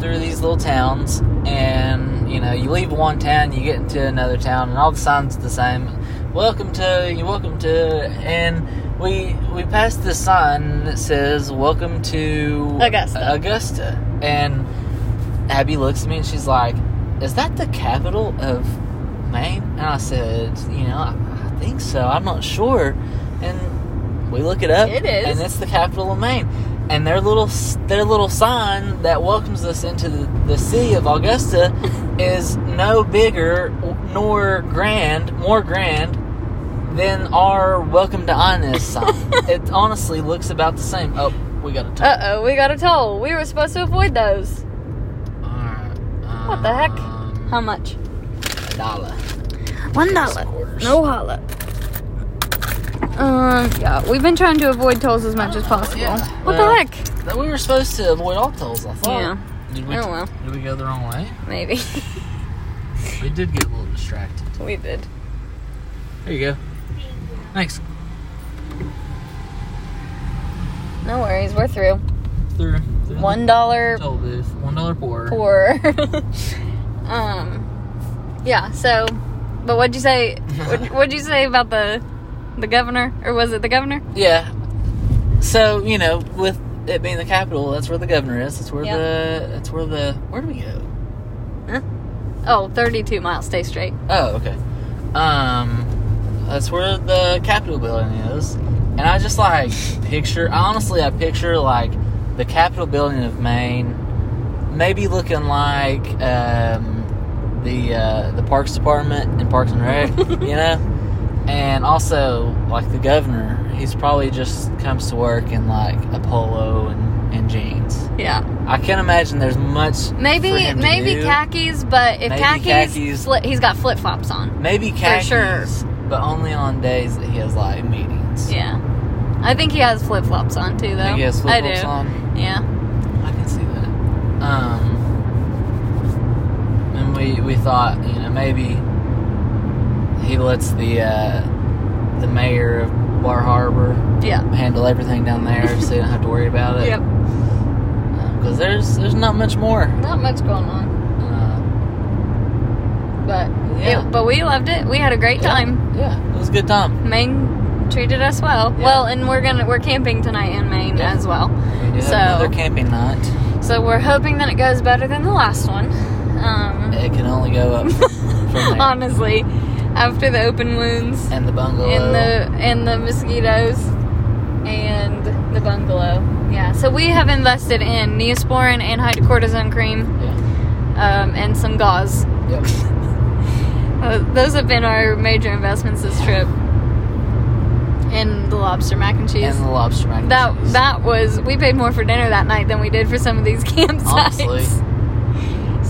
[SPEAKER 1] through these little towns, and you know, you leave one town, you get into another town, and all the signs are the same. Welcome to, you welcome to, and we we passed this sign that says "Welcome to
[SPEAKER 2] Augusta.
[SPEAKER 1] Augusta, and Abby looks at me and she's like, "Is that the capital of Maine?" And I said, "You know, I, I think so. I'm not sure." And we look it up.
[SPEAKER 2] It is.
[SPEAKER 1] and it's the capital of Maine. And their little s- their little sign that welcomes us into the, the city of Augusta is no bigger nor grand, more grand than our "Welcome to Inez" sign. it honestly looks about the same. Oh, we got a
[SPEAKER 2] Uh oh, we got a toll. We were supposed to avoid those. Oh. What the heck?
[SPEAKER 1] Um,
[SPEAKER 2] How much?
[SPEAKER 1] A dollar.
[SPEAKER 2] One
[SPEAKER 1] Quarters.
[SPEAKER 2] No holla. Um, yeah, we've been trying to avoid tolls as much as possible.
[SPEAKER 1] Yeah.
[SPEAKER 2] What
[SPEAKER 1] Well,
[SPEAKER 2] the heck?
[SPEAKER 1] That we were supposed to avoid all tolls, I thought.
[SPEAKER 2] Yeah.
[SPEAKER 1] Did we,
[SPEAKER 2] Oh, well.
[SPEAKER 1] did we go the wrong way?
[SPEAKER 2] Maybe.
[SPEAKER 1] We did get a little distracted.
[SPEAKER 2] we did.
[SPEAKER 1] There you go. Thanks.
[SPEAKER 2] No worries, we're through.
[SPEAKER 1] Through. through the
[SPEAKER 2] One dollar
[SPEAKER 1] Toll booth. One dollar pour.
[SPEAKER 2] for. um, yeah, so, but what'd you say? What, what'd you say about the the governor? Or was it the governor?
[SPEAKER 1] Yeah. So you know, with it being the capital, that's where the governor is. That's where
[SPEAKER 2] Yeah.
[SPEAKER 1] the. That's where the. Where do we go?
[SPEAKER 2] Oh, 32 miles, stay straight.
[SPEAKER 1] Oh, okay. Um, that's where the Capitol building is, and I just like picture. Honestly, I picture like the Capitol building of Maine, maybe looking like um, the uh, the Parks Department and Parks and Rec, you know. And also, like the governor, he's probably just comes to work in like a polo and, and jeans.
[SPEAKER 2] Yeah.
[SPEAKER 1] I can't imagine there's much. for
[SPEAKER 2] Maybe
[SPEAKER 1] him to
[SPEAKER 2] maybe
[SPEAKER 1] do.
[SPEAKER 2] khakis, but if
[SPEAKER 1] Maybe
[SPEAKER 2] khakis,
[SPEAKER 1] khakis.
[SPEAKER 2] Fli- he's got flip flops on.
[SPEAKER 1] Maybe khakis,
[SPEAKER 2] sure.
[SPEAKER 1] but only on days that he has like meetings.
[SPEAKER 2] Yeah. I think he has flip flops on too, though.
[SPEAKER 1] I guess
[SPEAKER 2] I
[SPEAKER 1] flip
[SPEAKER 2] do.
[SPEAKER 1] on.
[SPEAKER 2] Yeah.
[SPEAKER 1] I can see that. Um, and we we thought you know maybe he lets the uh, the mayor of Bar Harbor
[SPEAKER 2] Yeah.
[SPEAKER 1] handle everything down there, so you don't have to worry about it. Because there's there's not much more.
[SPEAKER 2] Not much going on,
[SPEAKER 1] Uh,
[SPEAKER 2] but
[SPEAKER 1] Yeah.
[SPEAKER 2] it- but we loved it. We had a great
[SPEAKER 1] Yeah.
[SPEAKER 2] time.
[SPEAKER 1] yeah, it was a good time.
[SPEAKER 2] Maine treated us well.
[SPEAKER 1] Yeah.
[SPEAKER 2] Well, and we're gonna we're camping tonight in Maine
[SPEAKER 1] Yeah.
[SPEAKER 2] as well.
[SPEAKER 1] We did have
[SPEAKER 2] So-
[SPEAKER 1] another camping night.
[SPEAKER 2] So we're hoping that it goes better than the last one. Um,
[SPEAKER 1] It can only go up from there.
[SPEAKER 2] honestly, after the open wounds
[SPEAKER 1] and the bungalow.
[SPEAKER 2] and the and the mosquitoes and the bungalow. Yeah. So we have invested in Neosporin and hydrocortisone cream
[SPEAKER 1] yeah.
[SPEAKER 2] um, and some gauze.
[SPEAKER 1] Yep.
[SPEAKER 2] Uh, those have been our major investments this trip. And the lobster mac and cheese.
[SPEAKER 1] and the lobster mac and
[SPEAKER 2] that
[SPEAKER 1] cheese.
[SPEAKER 2] that was we paid more for dinner that night than we did for some of these campsites.
[SPEAKER 1] Honestly.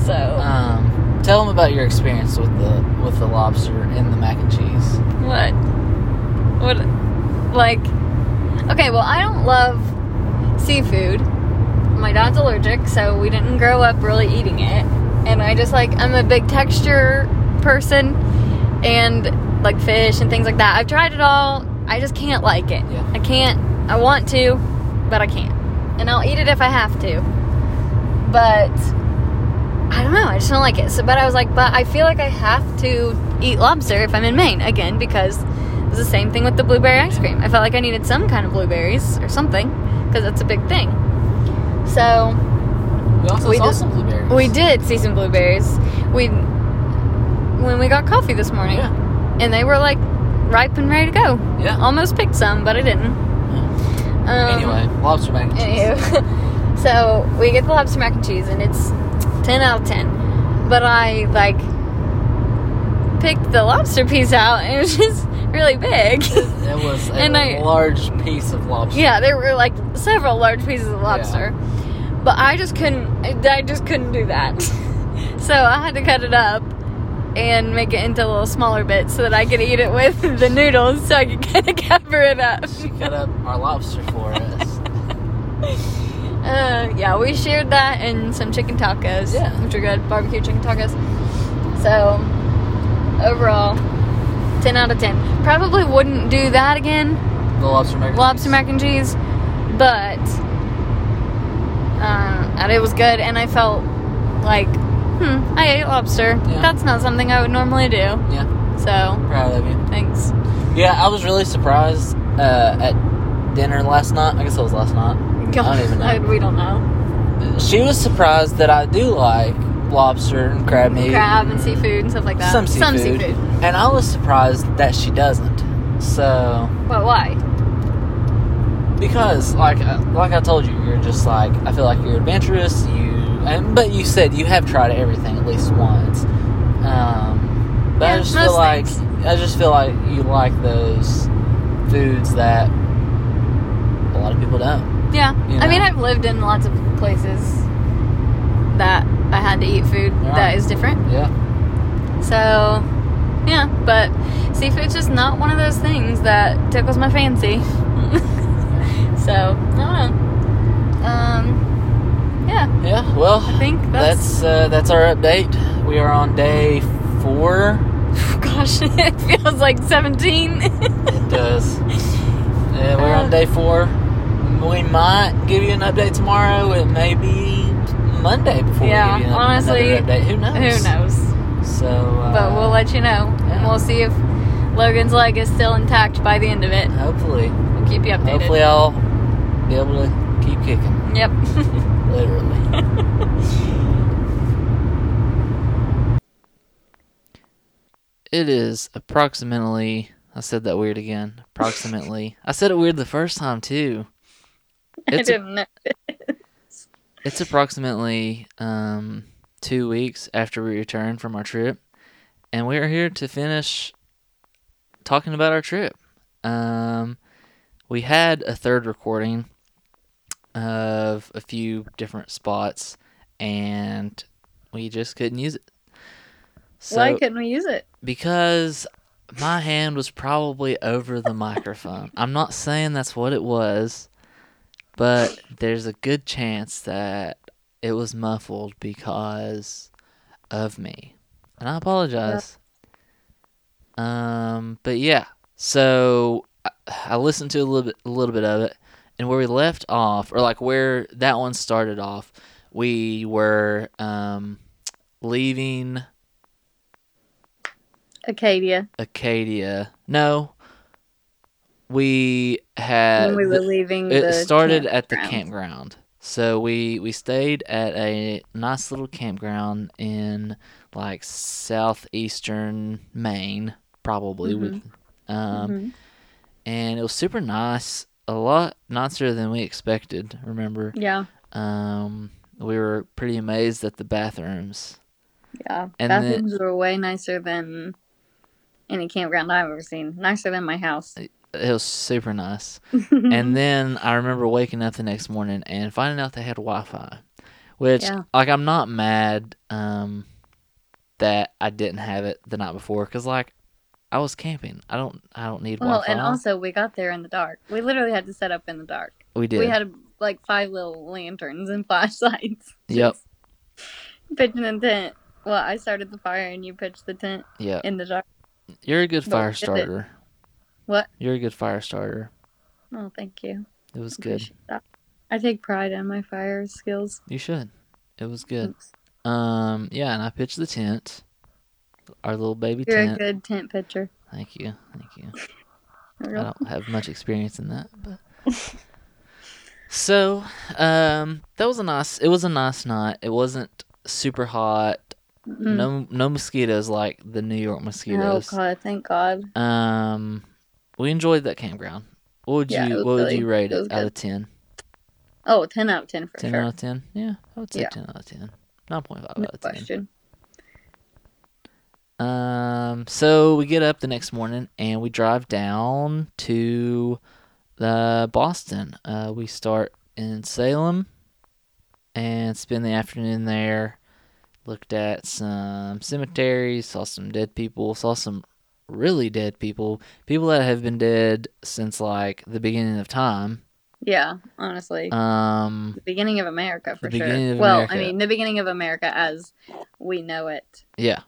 [SPEAKER 2] So
[SPEAKER 1] Um, tell them about your experience with the with the lobster and the mac and cheese.
[SPEAKER 2] what? What? Like, okay, well, I don't love seafood. My dad's allergic, so we didn't grow up really eating it. And I just like, I'm a big texture person and like fish and things like that. I've tried it all. I just can't like it.
[SPEAKER 1] Yeah.
[SPEAKER 2] I can't. I want to, but I can't. And I'll eat it if I have to. But I don't know. I just don't like it. So, but I was like, but I feel like I have to eat lobster if I'm in Maine again because it was the same thing with the blueberry ice cream. I felt like I needed some kind of blueberries or something because that's a big thing. So
[SPEAKER 1] We also
[SPEAKER 2] We
[SPEAKER 1] saw
[SPEAKER 2] did-
[SPEAKER 1] some blueberries.
[SPEAKER 2] we did see some blueberries. We when we got coffee this morning,
[SPEAKER 1] Yeah.
[SPEAKER 2] and they were like ripe and ready to go.
[SPEAKER 1] Yeah.
[SPEAKER 2] Almost picked some, but I didn't.
[SPEAKER 1] Yeah.
[SPEAKER 2] Um,
[SPEAKER 1] anyway, lobster mac
[SPEAKER 2] eh,
[SPEAKER 1] and cheese.
[SPEAKER 2] Anywho. so we get the lobster mac and cheese, and it's ten out of ten. But I like picked the lobster piece out, and it was just really big.
[SPEAKER 1] That was a
[SPEAKER 2] And I-
[SPEAKER 1] large piece of lobster.
[SPEAKER 2] yeah, there were like several large pieces of lobster, but I just couldn't. I I just couldn't do that. so I had to cut it up. And make it into little smaller bits so that I could eat it with the noodles, so I could kind of cover it up.
[SPEAKER 1] She cut up our lobster for us.
[SPEAKER 2] Uh, yeah, we shared that and some chicken tacos.
[SPEAKER 1] Yeah.
[SPEAKER 2] Which are good. Barbecue chicken tacos. So, overall, 10 out of 10. Probably wouldn't do that again,
[SPEAKER 1] The lobster mac. and
[SPEAKER 2] lobster
[SPEAKER 1] cheese.
[SPEAKER 2] mac and cheese, but uh, and it was good and I felt like, hmm, I ate lobster.
[SPEAKER 1] Yeah.
[SPEAKER 2] That's not something I would normally do.
[SPEAKER 1] Yeah,
[SPEAKER 2] So,
[SPEAKER 1] proud of you.
[SPEAKER 2] thanks.
[SPEAKER 1] Yeah, I was really surprised uh, at dinner last night. I guess it was last night. don't even know.
[SPEAKER 2] I- we don't know.
[SPEAKER 1] She was surprised that I do like lobster and crab meat.
[SPEAKER 2] Crab and seafood and stuff like that.
[SPEAKER 1] Some seafood.
[SPEAKER 2] Some seafood.
[SPEAKER 1] And I was surprised that she doesn't. So,
[SPEAKER 2] But why?
[SPEAKER 1] because like uh, like I told you, you're just like I feel like you're adventurous. You and but you said you have tried everything at least once. Um, but I
[SPEAKER 2] Yeah,
[SPEAKER 1] just feel
[SPEAKER 2] most
[SPEAKER 1] like
[SPEAKER 2] things.
[SPEAKER 1] I just feel like you like those foods that a lot of people don't.
[SPEAKER 2] Yeah.
[SPEAKER 1] You
[SPEAKER 2] I mean,
[SPEAKER 1] know?
[SPEAKER 2] I've lived in lots of places that I had to eat food
[SPEAKER 1] Yeah.
[SPEAKER 2] that is different.
[SPEAKER 1] Yeah,
[SPEAKER 2] So, yeah. But seafood's just not one of those things that tickles my fancy. so, I don't know. Um, yeah.
[SPEAKER 1] yeah. Well,
[SPEAKER 2] I think that's.
[SPEAKER 1] that's uh, that's our update. We are on day four.
[SPEAKER 2] gosh, it feels like 17.
[SPEAKER 1] It does. Yeah, we're on
[SPEAKER 2] Uh.
[SPEAKER 1] day four. We might give you an update tomorrow. It may be Monday before
[SPEAKER 2] Yeah,
[SPEAKER 1] we give you an-
[SPEAKER 2] honestly,
[SPEAKER 1] another update. Who knows?
[SPEAKER 2] Who knows?
[SPEAKER 1] So, uh,
[SPEAKER 2] But we'll let you know.
[SPEAKER 1] yeah.
[SPEAKER 2] And we'll see if Logan's leg is still intact by the end of it.
[SPEAKER 1] hopefully,
[SPEAKER 2] We'll keep you updated.
[SPEAKER 1] hopefully I'll be able to keep kicking.
[SPEAKER 2] Yep.
[SPEAKER 1] Literally. it is approximately. I said that weird again. Approximately. I said it weird the first time too. It's
[SPEAKER 2] I didn't know.
[SPEAKER 1] It's approximately um, two weeks after we returned from our trip, and we are here to finish talking about our trip. Um, we had a third recording of a few different spots, and we just couldn't use it. So,
[SPEAKER 2] Why couldn't we use it?
[SPEAKER 1] because my hand was probably over the microphone. I'm not saying that's what it was, but there's a good chance that it was muffled because of me. And I apologize. Um, but yeah. So I, I listened to a little bit a little bit of it and where we left off or like where that one started off, we were um leaving
[SPEAKER 2] Acadia.
[SPEAKER 1] Acadia. No, we
[SPEAKER 2] when
[SPEAKER 1] had
[SPEAKER 2] we were
[SPEAKER 1] the-
[SPEAKER 2] leaving
[SPEAKER 1] Uh, it
[SPEAKER 2] the
[SPEAKER 1] started at the
[SPEAKER 2] campground.
[SPEAKER 1] campground. So we we stayed at a nice little campground in like southeastern Maine, probably
[SPEAKER 2] Mm-hmm.
[SPEAKER 1] with um
[SPEAKER 2] Mhm.
[SPEAKER 1] and it was super nice, a lot nicer than we expected, remember?
[SPEAKER 2] Yeah,
[SPEAKER 1] Um we were pretty amazed at the bathrooms.
[SPEAKER 2] yeah.
[SPEAKER 1] And
[SPEAKER 2] Bathrooms were way nicer than any campground I've ever seen. Nicer than my house.
[SPEAKER 1] It was super nice.
[SPEAKER 2] Mm-hmm.
[SPEAKER 1] and then I remember waking up the next morning and finding out they had Wi-Fi, which
[SPEAKER 2] Yeah.
[SPEAKER 1] like I'm not mad um, that I didn't have it the night before because like I was camping. I don't. I don't need
[SPEAKER 2] Well,
[SPEAKER 1] Wi-Fi.
[SPEAKER 2] and also we got there in the dark. We literally had to set up in the dark.
[SPEAKER 1] we did.
[SPEAKER 2] We had like five little lanterns and flashlights.
[SPEAKER 1] Yep.
[SPEAKER 2] Pitching a tent. Well, I started the fire and you pitched the tent
[SPEAKER 1] yeah,
[SPEAKER 2] in the dark.
[SPEAKER 1] you're a good
[SPEAKER 2] Well,
[SPEAKER 1] fire
[SPEAKER 2] if it-
[SPEAKER 1] starter.
[SPEAKER 2] What?
[SPEAKER 1] You're a good fire starter.
[SPEAKER 2] Oh, thank you.
[SPEAKER 1] It was good.
[SPEAKER 2] Appreciate that. I take pride in my fire skills.
[SPEAKER 1] You should. It was good.
[SPEAKER 2] Thanks.
[SPEAKER 1] Um. Yeah, and I pitched the tent. Our little baby
[SPEAKER 2] You're a
[SPEAKER 1] tent.
[SPEAKER 2] good tent pitcher.
[SPEAKER 1] Thank you. Thank you. I
[SPEAKER 2] Real-
[SPEAKER 1] don't have much experience in that, but so um, that was a nice. It was a nice night. It wasn't super hot.
[SPEAKER 2] Mm.
[SPEAKER 1] No, no mosquitoes like the New York
[SPEAKER 2] Oh
[SPEAKER 1] mosquitoes.
[SPEAKER 2] god, thank God.
[SPEAKER 1] Um, we enjoyed that campground. What would
[SPEAKER 2] Yeah, it
[SPEAKER 1] you
[SPEAKER 2] was
[SPEAKER 1] What would
[SPEAKER 2] really-
[SPEAKER 1] you rate
[SPEAKER 2] it was
[SPEAKER 1] it out
[SPEAKER 2] good.
[SPEAKER 1] of ten?
[SPEAKER 2] Oh, 10 out of 10 for
[SPEAKER 1] Ten
[SPEAKER 2] sure.
[SPEAKER 1] out of ten? Yeah, I would say
[SPEAKER 2] Yeah.
[SPEAKER 1] ten out of ten. Nine point five
[SPEAKER 2] no
[SPEAKER 1] out of ten.
[SPEAKER 2] question.
[SPEAKER 1] Um, so we get up the next morning and we drive down to the Boston. Uh, we start in Salem and spend the afternoon there. Looked at some cemeteries, saw some dead people, saw some really dead people, people that have been dead since like the beginning of time.
[SPEAKER 2] Yeah, honestly.
[SPEAKER 1] Um,
[SPEAKER 2] the beginning of America for
[SPEAKER 1] The
[SPEAKER 2] sure.
[SPEAKER 1] beginning of
[SPEAKER 2] well, I
[SPEAKER 1] America.
[SPEAKER 2] mean, the beginning of America as we know it.
[SPEAKER 1] yeah.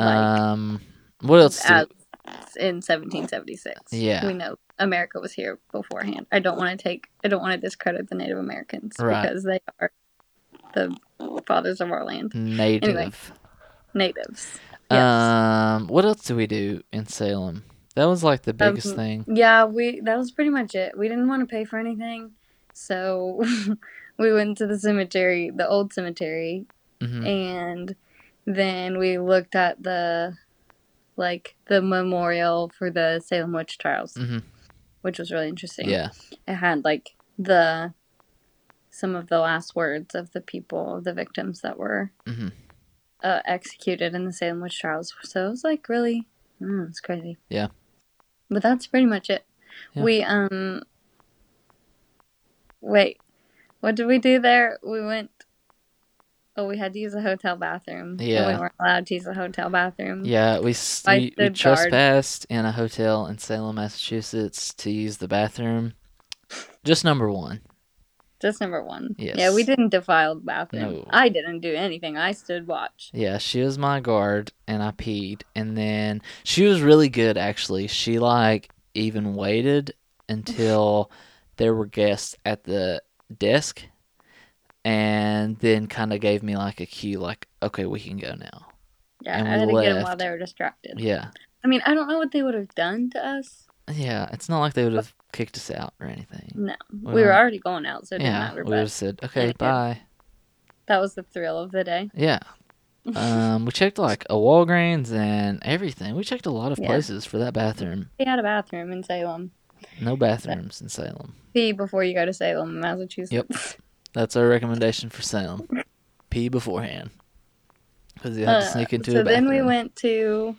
[SPEAKER 2] Like- uh,
[SPEAKER 1] Um, what else? do-
[SPEAKER 2] As in 1776.
[SPEAKER 1] Yeah.
[SPEAKER 2] We know America was here beforehand. I don't want to take I don't want to discredit the Native Americans
[SPEAKER 1] Right.
[SPEAKER 2] because they are the fathers of our land,
[SPEAKER 1] native.
[SPEAKER 2] natives. Yes.
[SPEAKER 1] Um, what else do we do in Salem? That was like the biggest
[SPEAKER 2] Um,
[SPEAKER 1] thing.
[SPEAKER 2] Yeah, we that was pretty much it. We didn't want to pay for anything, so we went to the cemetery, the old cemetery,
[SPEAKER 1] hmm
[SPEAKER 2] and then we looked at the like the memorial for the Salem witch trials,
[SPEAKER 1] Mhm.
[SPEAKER 2] which was really interesting.
[SPEAKER 1] Yeah,
[SPEAKER 2] It had like the some of the last words of the people, the victims that were
[SPEAKER 1] Mhm.
[SPEAKER 2] uh, executed in the Salem witch trials. So it was like really, mm, it's crazy.
[SPEAKER 1] Yeah.
[SPEAKER 2] But that's pretty much it.
[SPEAKER 1] Yeah.
[SPEAKER 2] We um. Wait, what did we do there? We went. Oh, we had to use a hotel bathroom. and
[SPEAKER 1] Yeah.
[SPEAKER 2] we weren't allowed to use a hotel bathroom.
[SPEAKER 1] yeah. We s-
[SPEAKER 2] By
[SPEAKER 1] we, we
[SPEAKER 2] the guard.
[SPEAKER 1] trespassed in a hotel in Salem, Massachusetts, to use the bathroom. Just number one.
[SPEAKER 2] Just number one.
[SPEAKER 1] Yes.
[SPEAKER 2] Yeah, we didn't defile the bathroom.
[SPEAKER 1] No.
[SPEAKER 2] I didn't do anything. I stood watch.
[SPEAKER 1] Yeah, she was my guard, and I peed, and then she was really good actually. She like even waited until there were guests at the desk, and then kind of gave me like a cue, like, okay, we can go now.
[SPEAKER 2] Yeah,
[SPEAKER 1] And
[SPEAKER 2] I
[SPEAKER 1] we
[SPEAKER 2] had to get them while
[SPEAKER 1] left.
[SPEAKER 2] they were distracted.
[SPEAKER 1] Yeah.
[SPEAKER 2] I mean, I don't know what they would have done to us.
[SPEAKER 1] Yeah, it's not like they would have kicked us out or anything.
[SPEAKER 2] No,
[SPEAKER 1] We
[SPEAKER 2] we, were
[SPEAKER 1] don't-
[SPEAKER 2] already going out, so it didn't
[SPEAKER 1] yeah,
[SPEAKER 2] matter.
[SPEAKER 1] we
[SPEAKER 2] But
[SPEAKER 1] would have said, "Okay,
[SPEAKER 2] Yeah.
[SPEAKER 1] bye."
[SPEAKER 2] that was the thrill of the day.
[SPEAKER 1] Yeah. Um, we checked like a Walgreens and everything. We checked a lot of
[SPEAKER 2] Yeah.
[SPEAKER 1] places for that bathroom.
[SPEAKER 2] We had a bathroom in Salem.
[SPEAKER 1] No bathrooms in Salem.
[SPEAKER 2] Pee before you go to Salem, Massachusetts.
[SPEAKER 1] That's our recommendation for Salem. Pee beforehand, because you have to
[SPEAKER 2] Uh,
[SPEAKER 1] sneak into
[SPEAKER 2] so
[SPEAKER 1] a bathroom.
[SPEAKER 2] then we went to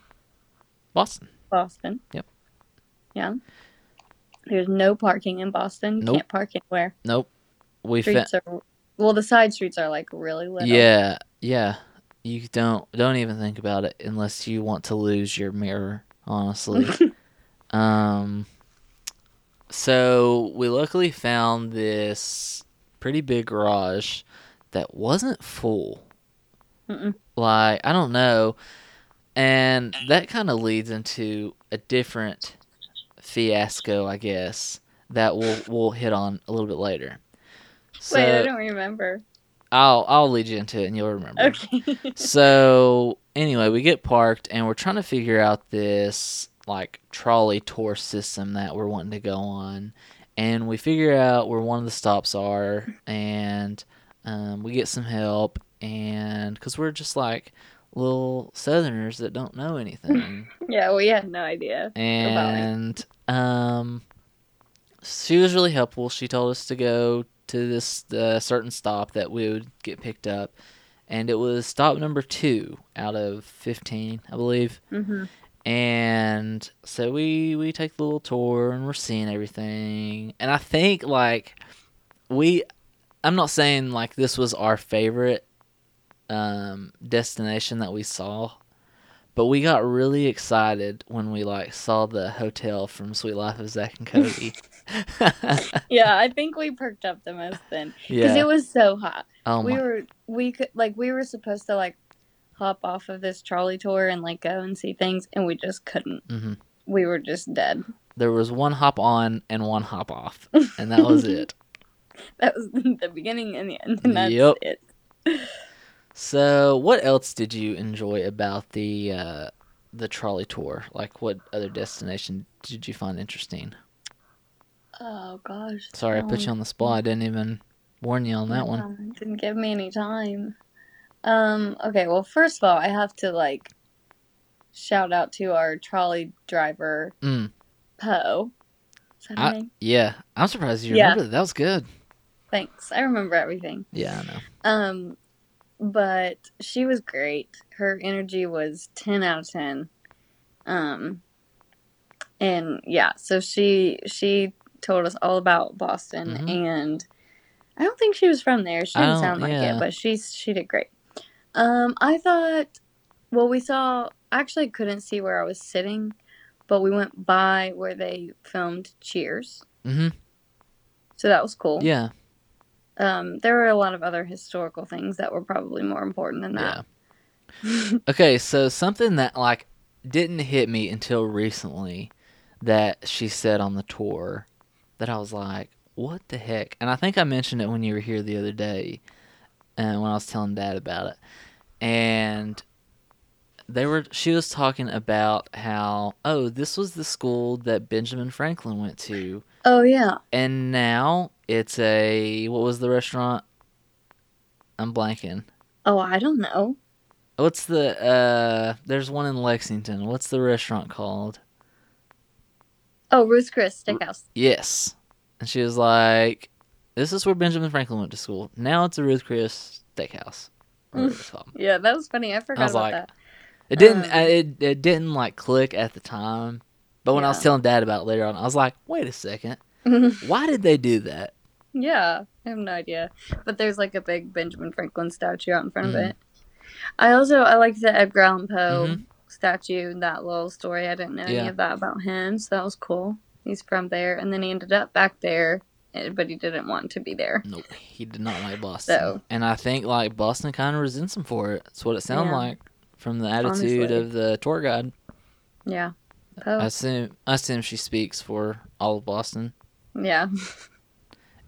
[SPEAKER 1] Boston.
[SPEAKER 2] Boston.
[SPEAKER 1] Yep.
[SPEAKER 2] Yeah. There's no parking in Boston.
[SPEAKER 1] Nope.
[SPEAKER 2] Can't park anywhere.
[SPEAKER 1] Nope. We found.
[SPEAKER 2] Streets are well, the side streets are like really little.
[SPEAKER 1] Yeah, yeah. You don't don't even think about it unless you want to lose your mirror, honestly. um so we luckily found this pretty big garage that wasn't full.
[SPEAKER 2] Mm-mm.
[SPEAKER 1] Like, I don't know. And that kind of leads into a different fiasco, I guess, that we'll we'll hit on a little bit later. So
[SPEAKER 2] Wait, I don't remember.
[SPEAKER 1] I'll I'll lead you into it and you'll remember
[SPEAKER 2] Okay.
[SPEAKER 1] so anyway, we get parked and we're trying to figure out this like trolley tour system that we're wanting to go on, and we figure out where one of the stops are, and um, we get some help, and because we're just like little Southerners that don't know anything
[SPEAKER 2] yeah, we had no idea.
[SPEAKER 1] and um, she was really helpful. She told us to go to this uh, certain stop that we would get picked up, and it was stop number two out of fifteen, I believe.
[SPEAKER 2] hmm
[SPEAKER 1] And so we we take the little tour and we're seeing everything, and I think like we, I'm not saying like this was our favorite um destination that we saw But we got really excited when we like saw the hotel from Sweet Life of Zach and Cody.
[SPEAKER 2] Yeah, I think we perked up the most then because
[SPEAKER 1] yeah.
[SPEAKER 2] it was so hot.
[SPEAKER 1] oh
[SPEAKER 2] we
[SPEAKER 1] my.
[SPEAKER 2] were we could like we were supposed to like hop off of this trolley tour and like go and see things, and we just couldn't.
[SPEAKER 1] Mhm.
[SPEAKER 2] We were just dead.
[SPEAKER 1] There was one hop on and one hop off, and that was it.
[SPEAKER 2] That was the beginning and the end, and that's
[SPEAKER 1] Yep.
[SPEAKER 2] it.
[SPEAKER 1] So, what else did you enjoy about the uh, the trolley tour? Like, what other destination did you find interesting?
[SPEAKER 2] Oh gosh.
[SPEAKER 1] Sorry, I put you on the spot. I didn't even warn you
[SPEAKER 2] Um,
[SPEAKER 1] on that one.
[SPEAKER 2] Yeah, Didn't give me any time. Um, okay, well, first of all, I have to like shout out to our trolley driver,
[SPEAKER 1] Mm.
[SPEAKER 2] Poe. Is that her
[SPEAKER 1] I-
[SPEAKER 2] name?
[SPEAKER 1] Yeah, I'm surprised you
[SPEAKER 2] Yeah.
[SPEAKER 1] remember that. That was good.
[SPEAKER 2] Thanks. I remember everything.
[SPEAKER 1] Yeah, I know.
[SPEAKER 2] Um, but she was great. Her energy was 10 out of 10. Um, and yeah, so she she told us all about Boston
[SPEAKER 1] Mhm.
[SPEAKER 2] and I don't think she was from there. She
[SPEAKER 1] I
[SPEAKER 2] didn't
[SPEAKER 1] don't-
[SPEAKER 2] sound like
[SPEAKER 1] yeah.
[SPEAKER 2] it, but she she did great. Um, I thought well, we saw I actually couldn't see where I was sitting, but we went by where they filmed Cheers.
[SPEAKER 1] Mhm.
[SPEAKER 2] So that was cool
[SPEAKER 1] Yeah,
[SPEAKER 2] um, there were a lot of other historical things that were probably more important than
[SPEAKER 1] yeah.
[SPEAKER 2] that.
[SPEAKER 1] Okay, so something that like didn't hit me until recently that she said on the tour that I was like, "What the heck?" And I think I mentioned it when you were here the other day, and when I was telling Dad about it, and they were she was talking about how oh this was the school that Benjamin Franklin went to,
[SPEAKER 2] Oh yeah,
[SPEAKER 1] and now it's a what was the restaurant? I'm blanking.
[SPEAKER 2] oh I don't know.
[SPEAKER 1] What's the uh there's one in Lexington. What's the restaurant called?
[SPEAKER 2] Oh Ruth Chris Steakhouse.
[SPEAKER 1] Yes. And she was like, This is where Benjamin Franklin went to school. Now it's a Ruth Chris steakhouse. or whatever it's called.
[SPEAKER 2] Yeah, that was funny. I forgot
[SPEAKER 1] I was
[SPEAKER 2] about
[SPEAKER 1] like-
[SPEAKER 2] that.
[SPEAKER 1] It didn't
[SPEAKER 2] Um,
[SPEAKER 1] I it, it didn't like click at the time. But when I was
[SPEAKER 2] Yeah.
[SPEAKER 1] telling dad about it later on, I was like, wait a second. Why did they do that?
[SPEAKER 2] yeah, I have no idea. But there's like a big Benjamin Franklin statue out in front of
[SPEAKER 1] Mhm.
[SPEAKER 2] it. I also I liked the Edgar Allan Poe
[SPEAKER 1] Mhm.
[SPEAKER 2] statue. That little story I didn't know
[SPEAKER 1] Yeah.
[SPEAKER 2] any of that about him, so that was cool. He's from there, and then he ended up back there, eh, but he didn't want to be there.
[SPEAKER 1] Nope. He did not like Boston.
[SPEAKER 2] So-
[SPEAKER 1] And I think like Boston kinda resents him for it. That's what it sounded
[SPEAKER 2] Yeah.
[SPEAKER 1] like from the attitude
[SPEAKER 2] Honestly. Oh.
[SPEAKER 1] of the tour guide.
[SPEAKER 2] Yeah, Poe.
[SPEAKER 1] I assume I assume she speaks for all of Boston.
[SPEAKER 2] yeah.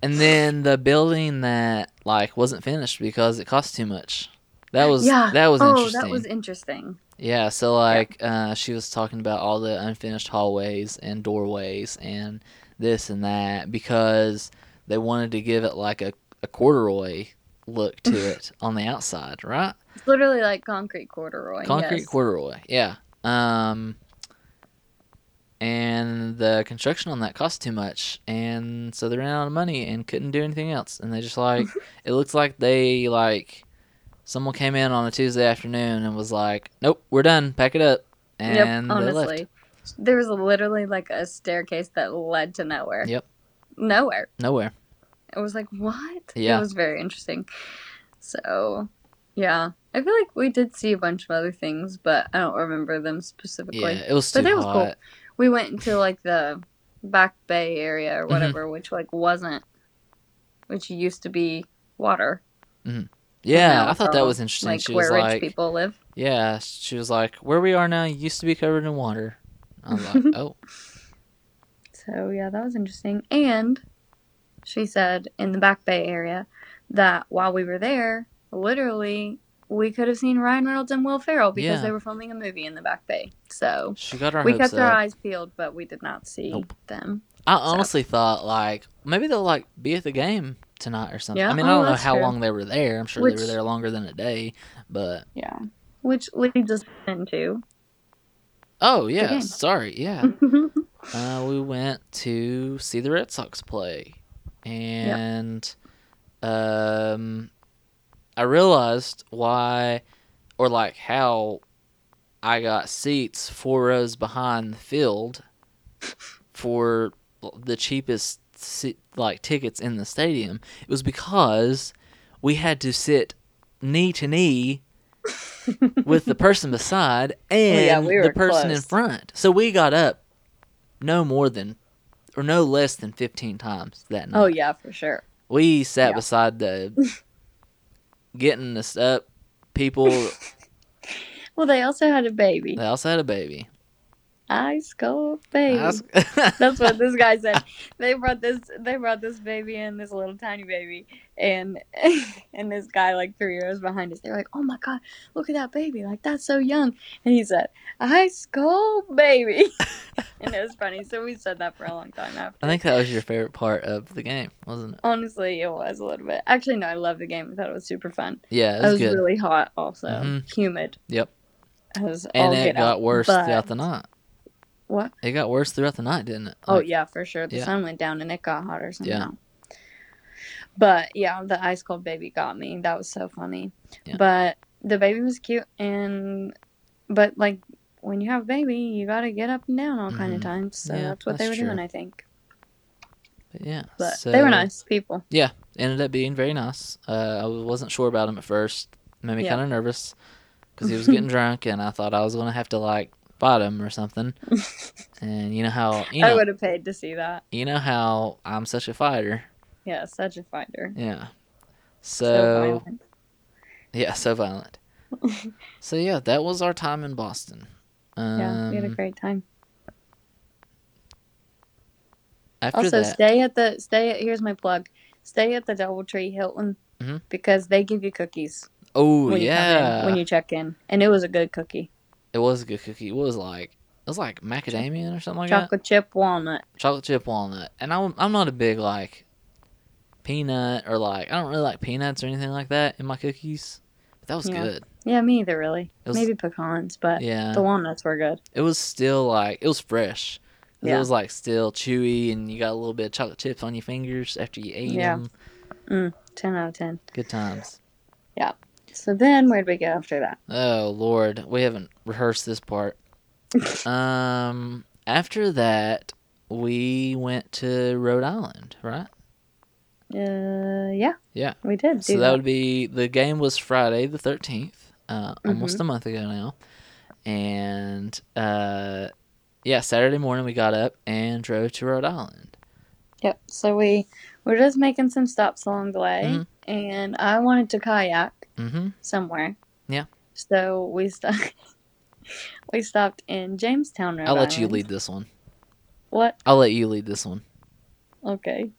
[SPEAKER 1] And then the building that like wasn't finished because it cost too much. That was
[SPEAKER 2] Yeah.
[SPEAKER 1] that was
[SPEAKER 2] oh,
[SPEAKER 1] interesting.
[SPEAKER 2] that was interesting.
[SPEAKER 1] yeah, so like uh, she was talking about all the unfinished hallways and doorways and this and that because they wanted to give it like a, a corduroy look to it on the outside, right?
[SPEAKER 2] It's literally like concrete corduroy.
[SPEAKER 1] Concrete
[SPEAKER 2] yes.
[SPEAKER 1] corduroy, yeah. Um, and the construction on that cost too much, and so they ran out of money and couldn't do anything else. And they just like, it looks like they like, someone came in on a Tuesday afternoon and was like, "Nope, we're done. Pack it up." And
[SPEAKER 2] Yep,
[SPEAKER 1] they left.
[SPEAKER 2] honestly. There was literally like a staircase that led to nowhere.
[SPEAKER 1] Yep.
[SPEAKER 2] Nowhere.
[SPEAKER 1] nowhere.
[SPEAKER 2] It was like, what?
[SPEAKER 1] Yeah.
[SPEAKER 2] It was very interesting. So, yeah. I feel like we did see a bunch of other things, but I don't remember them specifically.
[SPEAKER 1] Yeah, it was too
[SPEAKER 2] But it was
[SPEAKER 1] hot.
[SPEAKER 2] cool. We went into like the back bay area or
[SPEAKER 1] Mhm.
[SPEAKER 2] whatever, which like wasn't, which used to be water.
[SPEAKER 1] Yeah,
[SPEAKER 2] Now
[SPEAKER 1] I
[SPEAKER 2] it's
[SPEAKER 1] thought that
[SPEAKER 2] all,
[SPEAKER 1] was interesting.
[SPEAKER 2] Like
[SPEAKER 1] she was
[SPEAKER 2] where rich
[SPEAKER 1] like,
[SPEAKER 2] people live.
[SPEAKER 1] "Yeah," she was like, "Where we are now used to be covered in water." I was like, "Oh,
[SPEAKER 2] So yeah, that was interesting. And she said in the Back Bay area that while we were there, literally we could have seen Ryan Reynolds and Will Ferrell because
[SPEAKER 1] Yeah.
[SPEAKER 2] they were filming a movie in the Back Bay. So
[SPEAKER 1] she got our
[SPEAKER 2] we
[SPEAKER 1] hopes
[SPEAKER 2] kept our
[SPEAKER 1] up."
[SPEAKER 2] eyes peeled, but we did not see
[SPEAKER 1] Nope.
[SPEAKER 2] them.
[SPEAKER 1] I honestly thought like maybe they'll like be at the game tonight or something.
[SPEAKER 2] Yeah,
[SPEAKER 1] I mean, I
[SPEAKER 2] oh,
[SPEAKER 1] don't know
[SPEAKER 2] that's
[SPEAKER 1] how
[SPEAKER 2] true.
[SPEAKER 1] long they were there. I'm sure they were
[SPEAKER 2] Which-
[SPEAKER 1] there longer than a day, but
[SPEAKER 2] Yeah, which leads us into
[SPEAKER 1] oh yeah,
[SPEAKER 2] game.
[SPEAKER 1] sorry, yeah. uh, we went to see the Red Sox play, and um, I realized why or like how I got seats four rows behind the field for the cheapest se- like tickets in the stadium. It was because we had to sit knee to knee with the person beside and
[SPEAKER 2] yeah, we
[SPEAKER 1] the
[SPEAKER 2] were
[SPEAKER 1] person in
[SPEAKER 2] close.
[SPEAKER 1] front. So we got up no more than or no less than 15 times that night.
[SPEAKER 2] Oh yeah, for sure.
[SPEAKER 1] We sat
[SPEAKER 2] Yeah.
[SPEAKER 1] beside the getting us up people
[SPEAKER 2] Well, they also had a baby.
[SPEAKER 1] They also had a baby.
[SPEAKER 2] Ice cold baby.
[SPEAKER 1] That's-
[SPEAKER 2] That's what this guy said. They brought this. They brought this baby in, this little tiny baby, and and this guy like three rows behind us. They're like, "Oh my god, look at that baby! Like that's so young." And he said, "Ice cold baby," and it was funny. So we said that for a long time after.
[SPEAKER 1] I think that was your favorite part of the game, wasn't it?
[SPEAKER 2] Honestly, it was a little bit. Actually, no, I love the game. I thought it was super fun.
[SPEAKER 1] Yeah, it
[SPEAKER 2] It
[SPEAKER 1] was,
[SPEAKER 2] was
[SPEAKER 1] good.
[SPEAKER 2] really hot, also
[SPEAKER 1] Mhm.
[SPEAKER 2] humid.
[SPEAKER 1] Yep.
[SPEAKER 2] It was all
[SPEAKER 1] And it
[SPEAKER 2] get
[SPEAKER 1] got
[SPEAKER 2] out,
[SPEAKER 1] worse
[SPEAKER 2] but-
[SPEAKER 1] throughout the night.
[SPEAKER 2] What?
[SPEAKER 1] It got worse throughout the night, didn't it?
[SPEAKER 2] Oh
[SPEAKER 1] Like,
[SPEAKER 2] yeah, for sure. The
[SPEAKER 1] yeah.
[SPEAKER 2] sun went down and it got hotter
[SPEAKER 1] Yeah.
[SPEAKER 2] somehow. But yeah, the ice cold baby got me. That was so funny.
[SPEAKER 1] Yeah.
[SPEAKER 2] But the baby was cute and but like when you have a baby, you gotta get up and down all kind
[SPEAKER 1] Mhm.
[SPEAKER 2] of times. So
[SPEAKER 1] Yeah,
[SPEAKER 2] that's what they
[SPEAKER 1] that's
[SPEAKER 2] were doing,
[SPEAKER 1] true.
[SPEAKER 2] I think.
[SPEAKER 1] but yeah.
[SPEAKER 2] But
[SPEAKER 1] so
[SPEAKER 2] they were nice people.
[SPEAKER 1] Ended up being very nice. Uh, I wasn't sure about him at first. Made me
[SPEAKER 2] Yeah.
[SPEAKER 1] kind of nervous because he was getting drunk, and I thought I was gonna have to like fight him or something. and you know how you
[SPEAKER 2] I
[SPEAKER 1] know
[SPEAKER 2] would have paid to see that.
[SPEAKER 1] you know how I'm such a fighter.
[SPEAKER 2] Yeah, such a fighter.
[SPEAKER 1] Yeah.
[SPEAKER 2] So
[SPEAKER 1] So,
[SPEAKER 2] violent.
[SPEAKER 1] yeah, so violent. so yeah, that was our time in Boston. Um,
[SPEAKER 2] yeah, we had a great time.
[SPEAKER 1] after
[SPEAKER 2] Also,
[SPEAKER 1] that,
[SPEAKER 2] stay at the stay. At, here's my plug: stay at the DoubleTree Hilton
[SPEAKER 1] Mhm.
[SPEAKER 2] because they give you cookies.
[SPEAKER 1] Oh
[SPEAKER 2] when you come
[SPEAKER 1] yeah,
[SPEAKER 2] in, when you check in, and it was a good cookie,
[SPEAKER 1] it was a good cookie. It was like it was like macadamia or something like
[SPEAKER 2] chocolate chip walnut.
[SPEAKER 1] that. Chocolate chip walnut. And I'm I'm not a big like peanut or like I don't really like peanuts or anything like that in my cookies. But that was
[SPEAKER 2] Yeah.
[SPEAKER 1] good.
[SPEAKER 2] Yeah, me either, really.
[SPEAKER 1] It was-
[SPEAKER 2] Maybe pecans, but
[SPEAKER 1] Yeah,
[SPEAKER 2] the walnuts were good.
[SPEAKER 1] it was still like it was fresh. 'Cause It
[SPEAKER 2] Yeah.
[SPEAKER 1] was like still chewy, and you got a little bit of chocolate chips on your fingers after you ate
[SPEAKER 2] Yeah.
[SPEAKER 1] them.
[SPEAKER 2] Ten out of ten.
[SPEAKER 1] Good times.
[SPEAKER 2] So then, where'd we go after that?
[SPEAKER 1] Oh Lord, we haven't rehearsed this part. um, after that, we went to Rhode Island, right?
[SPEAKER 2] Uh, yeah.
[SPEAKER 1] Yeah.
[SPEAKER 2] We did. Do
[SPEAKER 1] So that would be the game was Friday the thirteenth, uh, almost a month ago now, and uh, yeah, Saturday morning we got up and drove to Rhode Island.
[SPEAKER 2] Yep. So we were just making some stops along the way,
[SPEAKER 1] Mhm.
[SPEAKER 2] and I wanted to kayak
[SPEAKER 1] Mm-hmm.
[SPEAKER 2] somewhere.
[SPEAKER 1] Yeah.
[SPEAKER 2] So we stopped. we stopped in Jamestown. Rhode
[SPEAKER 1] I'll let you
[SPEAKER 2] Island.
[SPEAKER 1] lead this one.
[SPEAKER 2] What?
[SPEAKER 1] I'll let you lead this one.
[SPEAKER 2] Okay.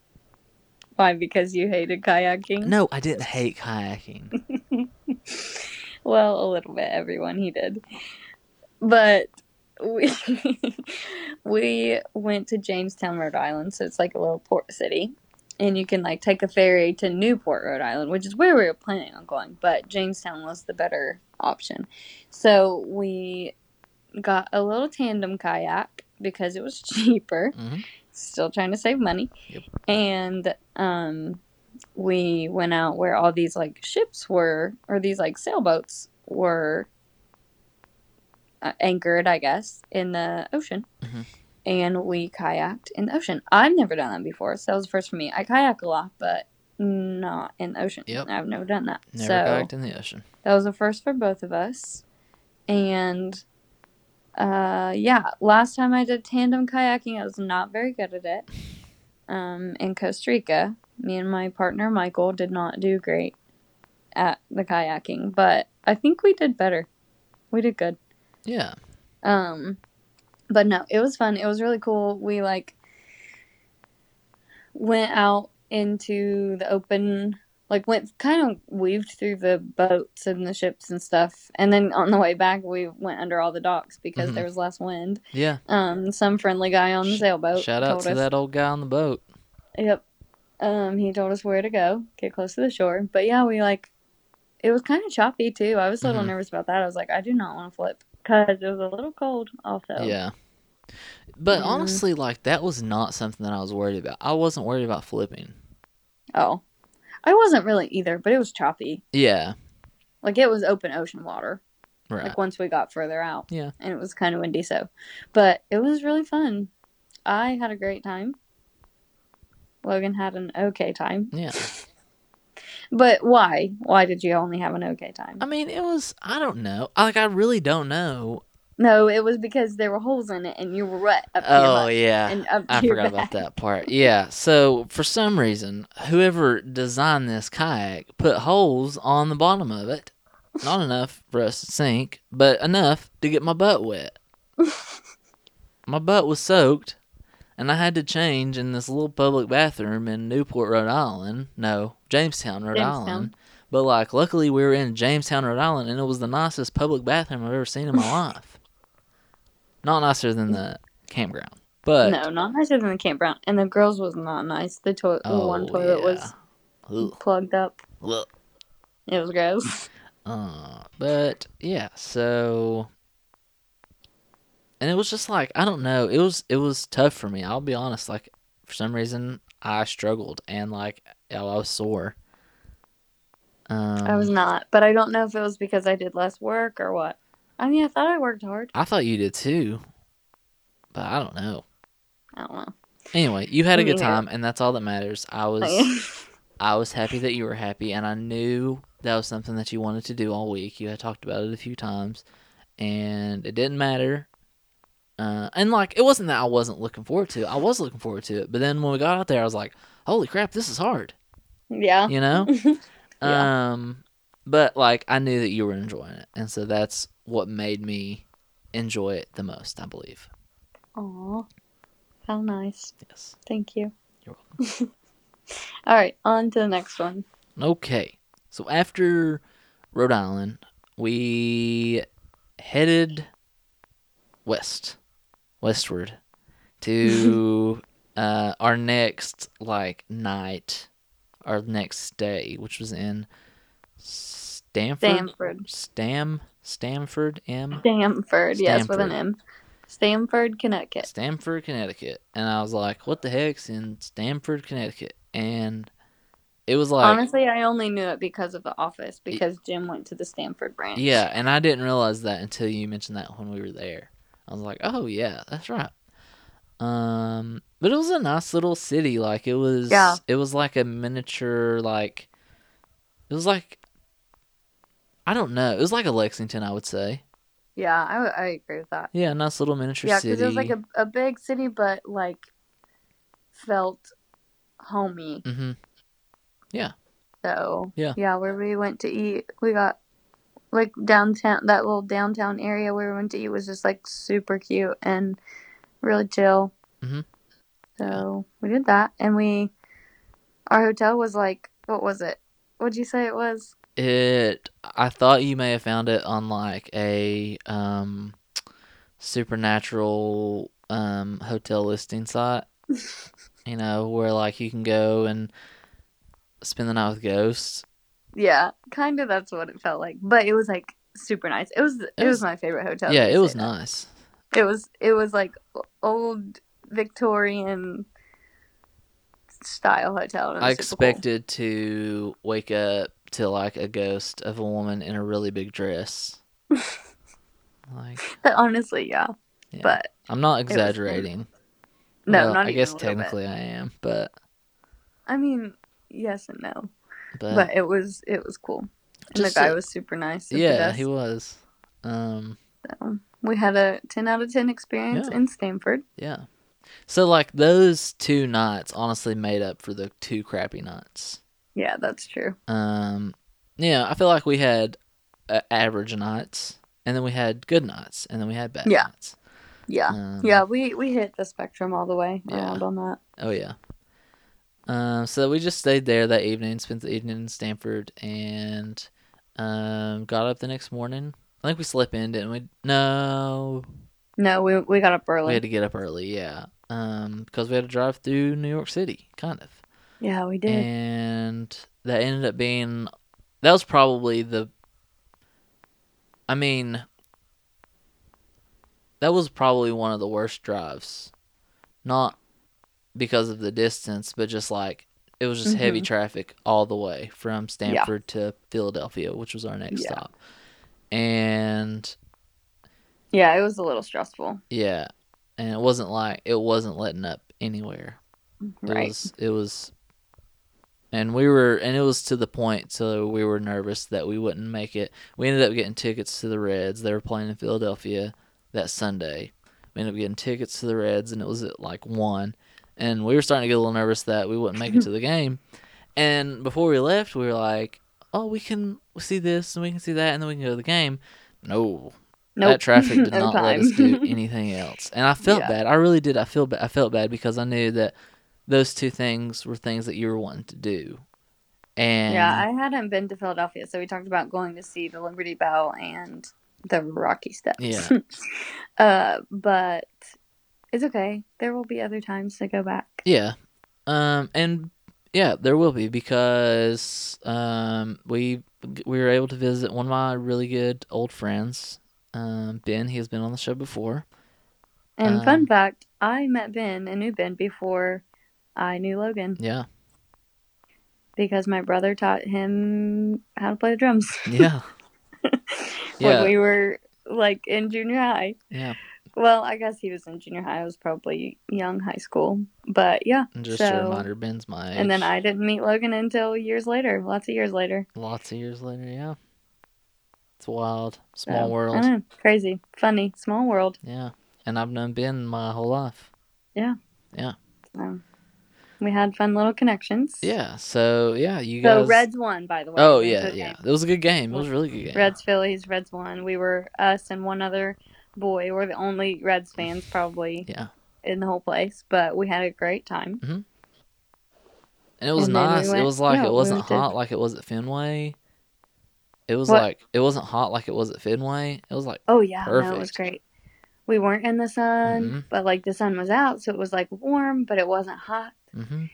[SPEAKER 2] Why? Because you hated kayaking.
[SPEAKER 1] No, I didn't hate kayaking.
[SPEAKER 2] Well, a little bit. Everyone he did, but we we went to Jamestown, Rhode Island. So it's like a little port city, and you can like take a ferry to Newport, Rhode Island, which is where we were planning on going. But Jamestown was the better option, so we got a little tandem kayak because it was cheaper.
[SPEAKER 1] hmm
[SPEAKER 2] Still trying to save money,
[SPEAKER 1] Yep.
[SPEAKER 2] and um we went out where all these like ships were or these like sailboats were uh, anchored i guess in the ocean
[SPEAKER 1] Mhm.
[SPEAKER 2] and we kayaked in the ocean i've never done that before so that was the first for me i kayak a lot but not in the ocean
[SPEAKER 1] Yep.
[SPEAKER 2] i've never done that
[SPEAKER 1] Never
[SPEAKER 2] so
[SPEAKER 1] kayaked in the ocean.
[SPEAKER 2] that was a first for both of us and uh yeah last time i did tandem kayaking i was not very good at it um in costa rica me and my partner michael did not do great at the kayaking but i think we did better we did good
[SPEAKER 1] Yeah.
[SPEAKER 2] um but no it was fun it was really cool we like went out into the open like went kind of weaved through the boats and the ships and stuff and then on the way back we went under all the docks because
[SPEAKER 1] Mhm.
[SPEAKER 2] there was less wind
[SPEAKER 1] Yeah.
[SPEAKER 2] um some friendly guy on the
[SPEAKER 1] Sh-
[SPEAKER 2] sailboat
[SPEAKER 1] Shout out
[SPEAKER 2] told
[SPEAKER 1] to
[SPEAKER 2] us
[SPEAKER 1] that old guy on the boat.
[SPEAKER 2] Yep. Um, he told us where to go, get close to the shore. But yeah, we like, it was kind of choppy too. I was a little
[SPEAKER 1] Mhm.
[SPEAKER 2] nervous about that. I was like, I do not want to flip because it was a little cold also.
[SPEAKER 1] Yeah. But
[SPEAKER 2] Mhm.
[SPEAKER 1] honestly, like that was not something that I was worried about. I wasn't worried about flipping.
[SPEAKER 2] Oh, I wasn't really either, but it was choppy.
[SPEAKER 1] Yeah,
[SPEAKER 2] Like it was open ocean water.
[SPEAKER 1] right.
[SPEAKER 2] Like once we got further out.
[SPEAKER 1] Yeah.
[SPEAKER 2] And it was kind of windy, so, but it was really fun. I had a great time. Logan had an okay time.
[SPEAKER 1] yeah,
[SPEAKER 2] But why? Why did you only have an okay time?
[SPEAKER 1] I mean, it was. I don't know. Like, I really don't know.
[SPEAKER 2] No, it was because there were holes in it and you were wet up to your
[SPEAKER 1] Oh
[SPEAKER 2] butt
[SPEAKER 1] yeah,
[SPEAKER 2] and up to
[SPEAKER 1] I
[SPEAKER 2] your
[SPEAKER 1] forgot
[SPEAKER 2] back.
[SPEAKER 1] about that part. Yeah. So for some reason, whoever designed this kayak put holes on the bottom of it. Not enough for us to sink, but enough to get my butt wet. my butt was soaked, and I had to change in this little public bathroom in Newport, Rhode Island. No, Jamestown, Rhode
[SPEAKER 2] Jamestown.
[SPEAKER 1] Island. But like, luckily we were in Jamestown, Rhode Island, and it was the nicest public bathroom I've ever seen in my life. Not nicer than the campground, but
[SPEAKER 2] No, not nicer than the campground. And the girls was not nice. The toilet, the
[SPEAKER 1] Oh,
[SPEAKER 2] one toilet was
[SPEAKER 1] was.
[SPEAKER 2] plugged up. It was gross.
[SPEAKER 1] Uh, but yeah, so and it was just like I don't know, it was it was tough for me. I'll be honest, like for some reason I struggled and like I was sore. Um,
[SPEAKER 2] I was not, but I don't know if it was because I did less work or what. I mean, I thought I worked hard.
[SPEAKER 1] I thought you did too, but I don't know.
[SPEAKER 2] I don't know.
[SPEAKER 1] Anyway, you had a
[SPEAKER 2] Me
[SPEAKER 1] good
[SPEAKER 2] neither.
[SPEAKER 1] time, and that's all that matters. I was I was happy that you were happy, and I knew that was something that you wanted to do all week. You had talked about it a few times, and it didn't matter. Uh, and like, it wasn't that I wasn't looking forward to it. I was looking forward to it, but then when we got out there, I was like, "Holy crap, this is hard,"
[SPEAKER 2] yeah.
[SPEAKER 1] you know.
[SPEAKER 2] Yeah.
[SPEAKER 1] Um, but like, I knew that you were enjoying it, and so that's what made me enjoy it the most. I believe.
[SPEAKER 2] Aw. How nice.
[SPEAKER 1] Yes.
[SPEAKER 2] Thank you.
[SPEAKER 1] You're welcome.
[SPEAKER 2] All right, on to the next one.
[SPEAKER 1] Okay. So after Rhode Island, we headed west, westward to uh, our next like night, our next day, which was in Stanford.
[SPEAKER 2] Stamford.
[SPEAKER 1] Stam Stamford M
[SPEAKER 2] Stamford. Yes, with an
[SPEAKER 1] Stamford.
[SPEAKER 2] M. Stamford, Connecticut.
[SPEAKER 1] Stamford, Connecticut. And I was like, what the heck's in Stamford, Connecticut? And it was like
[SPEAKER 2] Honestly, I only knew it because of The Office because Jim went to the Stanford branch.
[SPEAKER 1] Yeah, and I didn't realize that until you mentioned that when we were there. I was like, "Oh yeah, that's right." Um, but it was a nice little city. Like it was,
[SPEAKER 2] Yeah.
[SPEAKER 1] it was like a miniature, like it was like I don't know, it was like a Lexington, I would say.
[SPEAKER 2] Yeah, I, I agree with that.
[SPEAKER 1] Yeah, a nice little miniature
[SPEAKER 2] Yeah,
[SPEAKER 1] city.
[SPEAKER 2] because it was like a, a big city, but like felt homey.
[SPEAKER 1] mm-hmm.
[SPEAKER 2] So
[SPEAKER 1] Yeah.
[SPEAKER 2] yeah, where we went to eat, we got like downtown. That little downtown area where we went to eat was just like super cute and really chill.
[SPEAKER 1] Mhm.
[SPEAKER 2] So we did that, and we our hotel was like what was it? What'd you say it was?
[SPEAKER 1] It. I thought you may have found it on like a um supernatural um hotel listing site. you know, where like you can go and spend the night with ghosts.
[SPEAKER 2] Yeah, kind of. That's what it felt like, but it was like super nice. It was it, was,
[SPEAKER 1] was-
[SPEAKER 2] my favorite hotel.
[SPEAKER 1] yeah,
[SPEAKER 2] to
[SPEAKER 1] it was
[SPEAKER 2] stay at.
[SPEAKER 1] nice.
[SPEAKER 2] It was it was like old Victorian style hotel. and it was
[SPEAKER 1] I
[SPEAKER 2] super cool.
[SPEAKER 1] expected to wake up to like a ghost of a woman in a really big dress. like
[SPEAKER 2] But honestly, yeah.
[SPEAKER 1] Yeah.
[SPEAKER 2] But
[SPEAKER 1] I'm not
[SPEAKER 2] was-
[SPEAKER 1] exaggerating.
[SPEAKER 2] no,
[SPEAKER 1] Well,
[SPEAKER 2] not
[SPEAKER 1] I
[SPEAKER 2] even
[SPEAKER 1] guess
[SPEAKER 2] a little bit.
[SPEAKER 1] technically I am, but
[SPEAKER 2] I mean, yes and no.
[SPEAKER 1] but,
[SPEAKER 2] But, it was it was cool. And the
[SPEAKER 1] Just
[SPEAKER 2] guy
[SPEAKER 1] a-
[SPEAKER 2] was super nice. and the
[SPEAKER 1] yeah,
[SPEAKER 2] best.
[SPEAKER 1] he was. Um
[SPEAKER 2] So, we had a ten out of ten experience
[SPEAKER 1] Yeah.
[SPEAKER 2] in Stanford.
[SPEAKER 1] yeah. So like those two nights honestly made up for the two crappy nights.
[SPEAKER 2] Yeah, that's true.
[SPEAKER 1] Um, yeah, I feel like we had uh, average nights, and then we had good nights, and then we had bad
[SPEAKER 2] Yeah.
[SPEAKER 1] nights.
[SPEAKER 2] Yeah.
[SPEAKER 1] Um,
[SPEAKER 2] yeah, we we hit the spectrum all the way
[SPEAKER 1] Yeah.
[SPEAKER 2] around on that.
[SPEAKER 1] Oh yeah. Um, so we just stayed there that evening, spent the evening in Stanford, and um, got up the next morning. I think we slept in, didn't we? No,
[SPEAKER 2] No, we we got up
[SPEAKER 1] we
[SPEAKER 2] early.
[SPEAKER 1] had to get up early. Yeah, um, because we had to drive through New York City, kind of.
[SPEAKER 2] yeah, we did.
[SPEAKER 1] and that ended up being that was probably the i mean that was probably one of the worst drives not because of the distance but just like it was just heavy
[SPEAKER 2] Mm-hmm.
[SPEAKER 1] traffic all the way from stanford to philadelphia which was our next
[SPEAKER 2] Yeah.
[SPEAKER 1] stop and
[SPEAKER 2] yeah, it was a little stressful.
[SPEAKER 1] yeah and it wasn't like it wasn't letting up anywhere it
[SPEAKER 2] Right.
[SPEAKER 1] was it was and we were and it was to the point so we were nervous that we wouldn't make it we ended up getting tickets to the reds they were playing in philadelphia that sunday we ended up getting tickets to the reds and it was at like one and we were starting to get a little nervous that we wouldn't make it to the game and before we left we were like oh we can see this and we can see that and then we can go to the game no
[SPEAKER 2] Nope.
[SPEAKER 1] that traffic did
[SPEAKER 2] No
[SPEAKER 1] not let
[SPEAKER 2] time.
[SPEAKER 1] us do anything else and i felt
[SPEAKER 2] Yeah.
[SPEAKER 1] bad i really did i feel ba- i felt bad because i knew that those two things were things that you were wanting to do and
[SPEAKER 2] Yeah, I hadn't been to Philadelphia, so we talked about going to see the Liberty Bell and the Rocky Steps.
[SPEAKER 1] Yeah.
[SPEAKER 2] uh, but it's okay. There will be other times to go back.
[SPEAKER 1] Yeah. Um and yeah, there will be because um we we were able to visit one of my really good old friends, um Ben, he has been on the show before.
[SPEAKER 2] And
[SPEAKER 1] Um,
[SPEAKER 2] fun fact, I met Ben and knew Ben before I knew Logan
[SPEAKER 1] Yeah.
[SPEAKER 2] because my brother taught him how to play the drums
[SPEAKER 1] Yeah. yeah.
[SPEAKER 2] when we were like in junior high.
[SPEAKER 1] yeah.
[SPEAKER 2] Well, I guess he was in junior high. I was probably young high school, but yeah.
[SPEAKER 1] And just
[SPEAKER 2] so-
[SPEAKER 1] a reminder Ben's my age.
[SPEAKER 2] And then I didn't meet Logan until years later, lots of years later.
[SPEAKER 1] lots of years later, yeah. It's wild.
[SPEAKER 2] So,
[SPEAKER 1] Small
[SPEAKER 2] I
[SPEAKER 1] world.
[SPEAKER 2] know, crazy, funny, small world.
[SPEAKER 1] Yeah. And I've known Ben my whole life.
[SPEAKER 2] So, we had fun little connections.
[SPEAKER 1] Yeah. So yeah, you
[SPEAKER 2] So
[SPEAKER 1] guys
[SPEAKER 2] Reds won, by the way.
[SPEAKER 1] Oh
[SPEAKER 2] That's
[SPEAKER 1] yeah,
[SPEAKER 2] the
[SPEAKER 1] yeah.
[SPEAKER 2] game.
[SPEAKER 1] It was a good game. It was a really good game.
[SPEAKER 2] Reds Phillies, Reds won. We were us and one other boy. We're the only Reds fans probably
[SPEAKER 1] Yeah.
[SPEAKER 2] in the whole place, but we had a great time.
[SPEAKER 1] And it was
[SPEAKER 2] And then we
[SPEAKER 1] nice. it
[SPEAKER 2] went-
[SPEAKER 1] was like
[SPEAKER 2] yeah,
[SPEAKER 1] it
[SPEAKER 2] we
[SPEAKER 1] wasn't
[SPEAKER 2] went to-
[SPEAKER 1] hot like it was at Fenway. It was
[SPEAKER 2] What?
[SPEAKER 1] like it wasn't hot like it was at Fenway. It was like
[SPEAKER 2] Oh yeah, no, it was
[SPEAKER 1] Perfect.
[SPEAKER 2] great. We weren't in the sun,
[SPEAKER 1] Mhm.
[SPEAKER 2] but like the sun was out, so it was like warm, but it wasn't hot.
[SPEAKER 1] hmm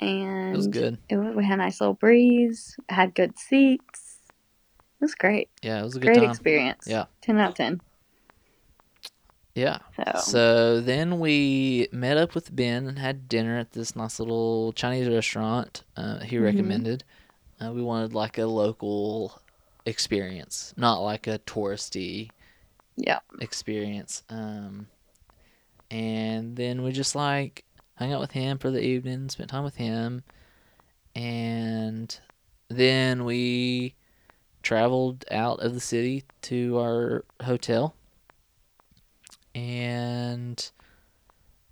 [SPEAKER 2] And
[SPEAKER 1] it was good.
[SPEAKER 2] it wa- we had a nice little breeze. Had good seats. It was great.
[SPEAKER 1] Yeah, it was a good
[SPEAKER 2] Great
[SPEAKER 1] time.
[SPEAKER 2] experience.
[SPEAKER 1] Yeah.
[SPEAKER 2] ten out of ten.
[SPEAKER 1] Yeah.
[SPEAKER 2] So,
[SPEAKER 1] So then we met up with Ben and had dinner at this nice little Chinese restaurant uh, he
[SPEAKER 2] Mhm.
[SPEAKER 1] recommended. Uh, we wanted like a local experience, not like a touristy
[SPEAKER 2] yeah,
[SPEAKER 1] experience. Um, and then we just like hung out with him for the evening, spent time with him, and then we traveled out of the city to our hotel, and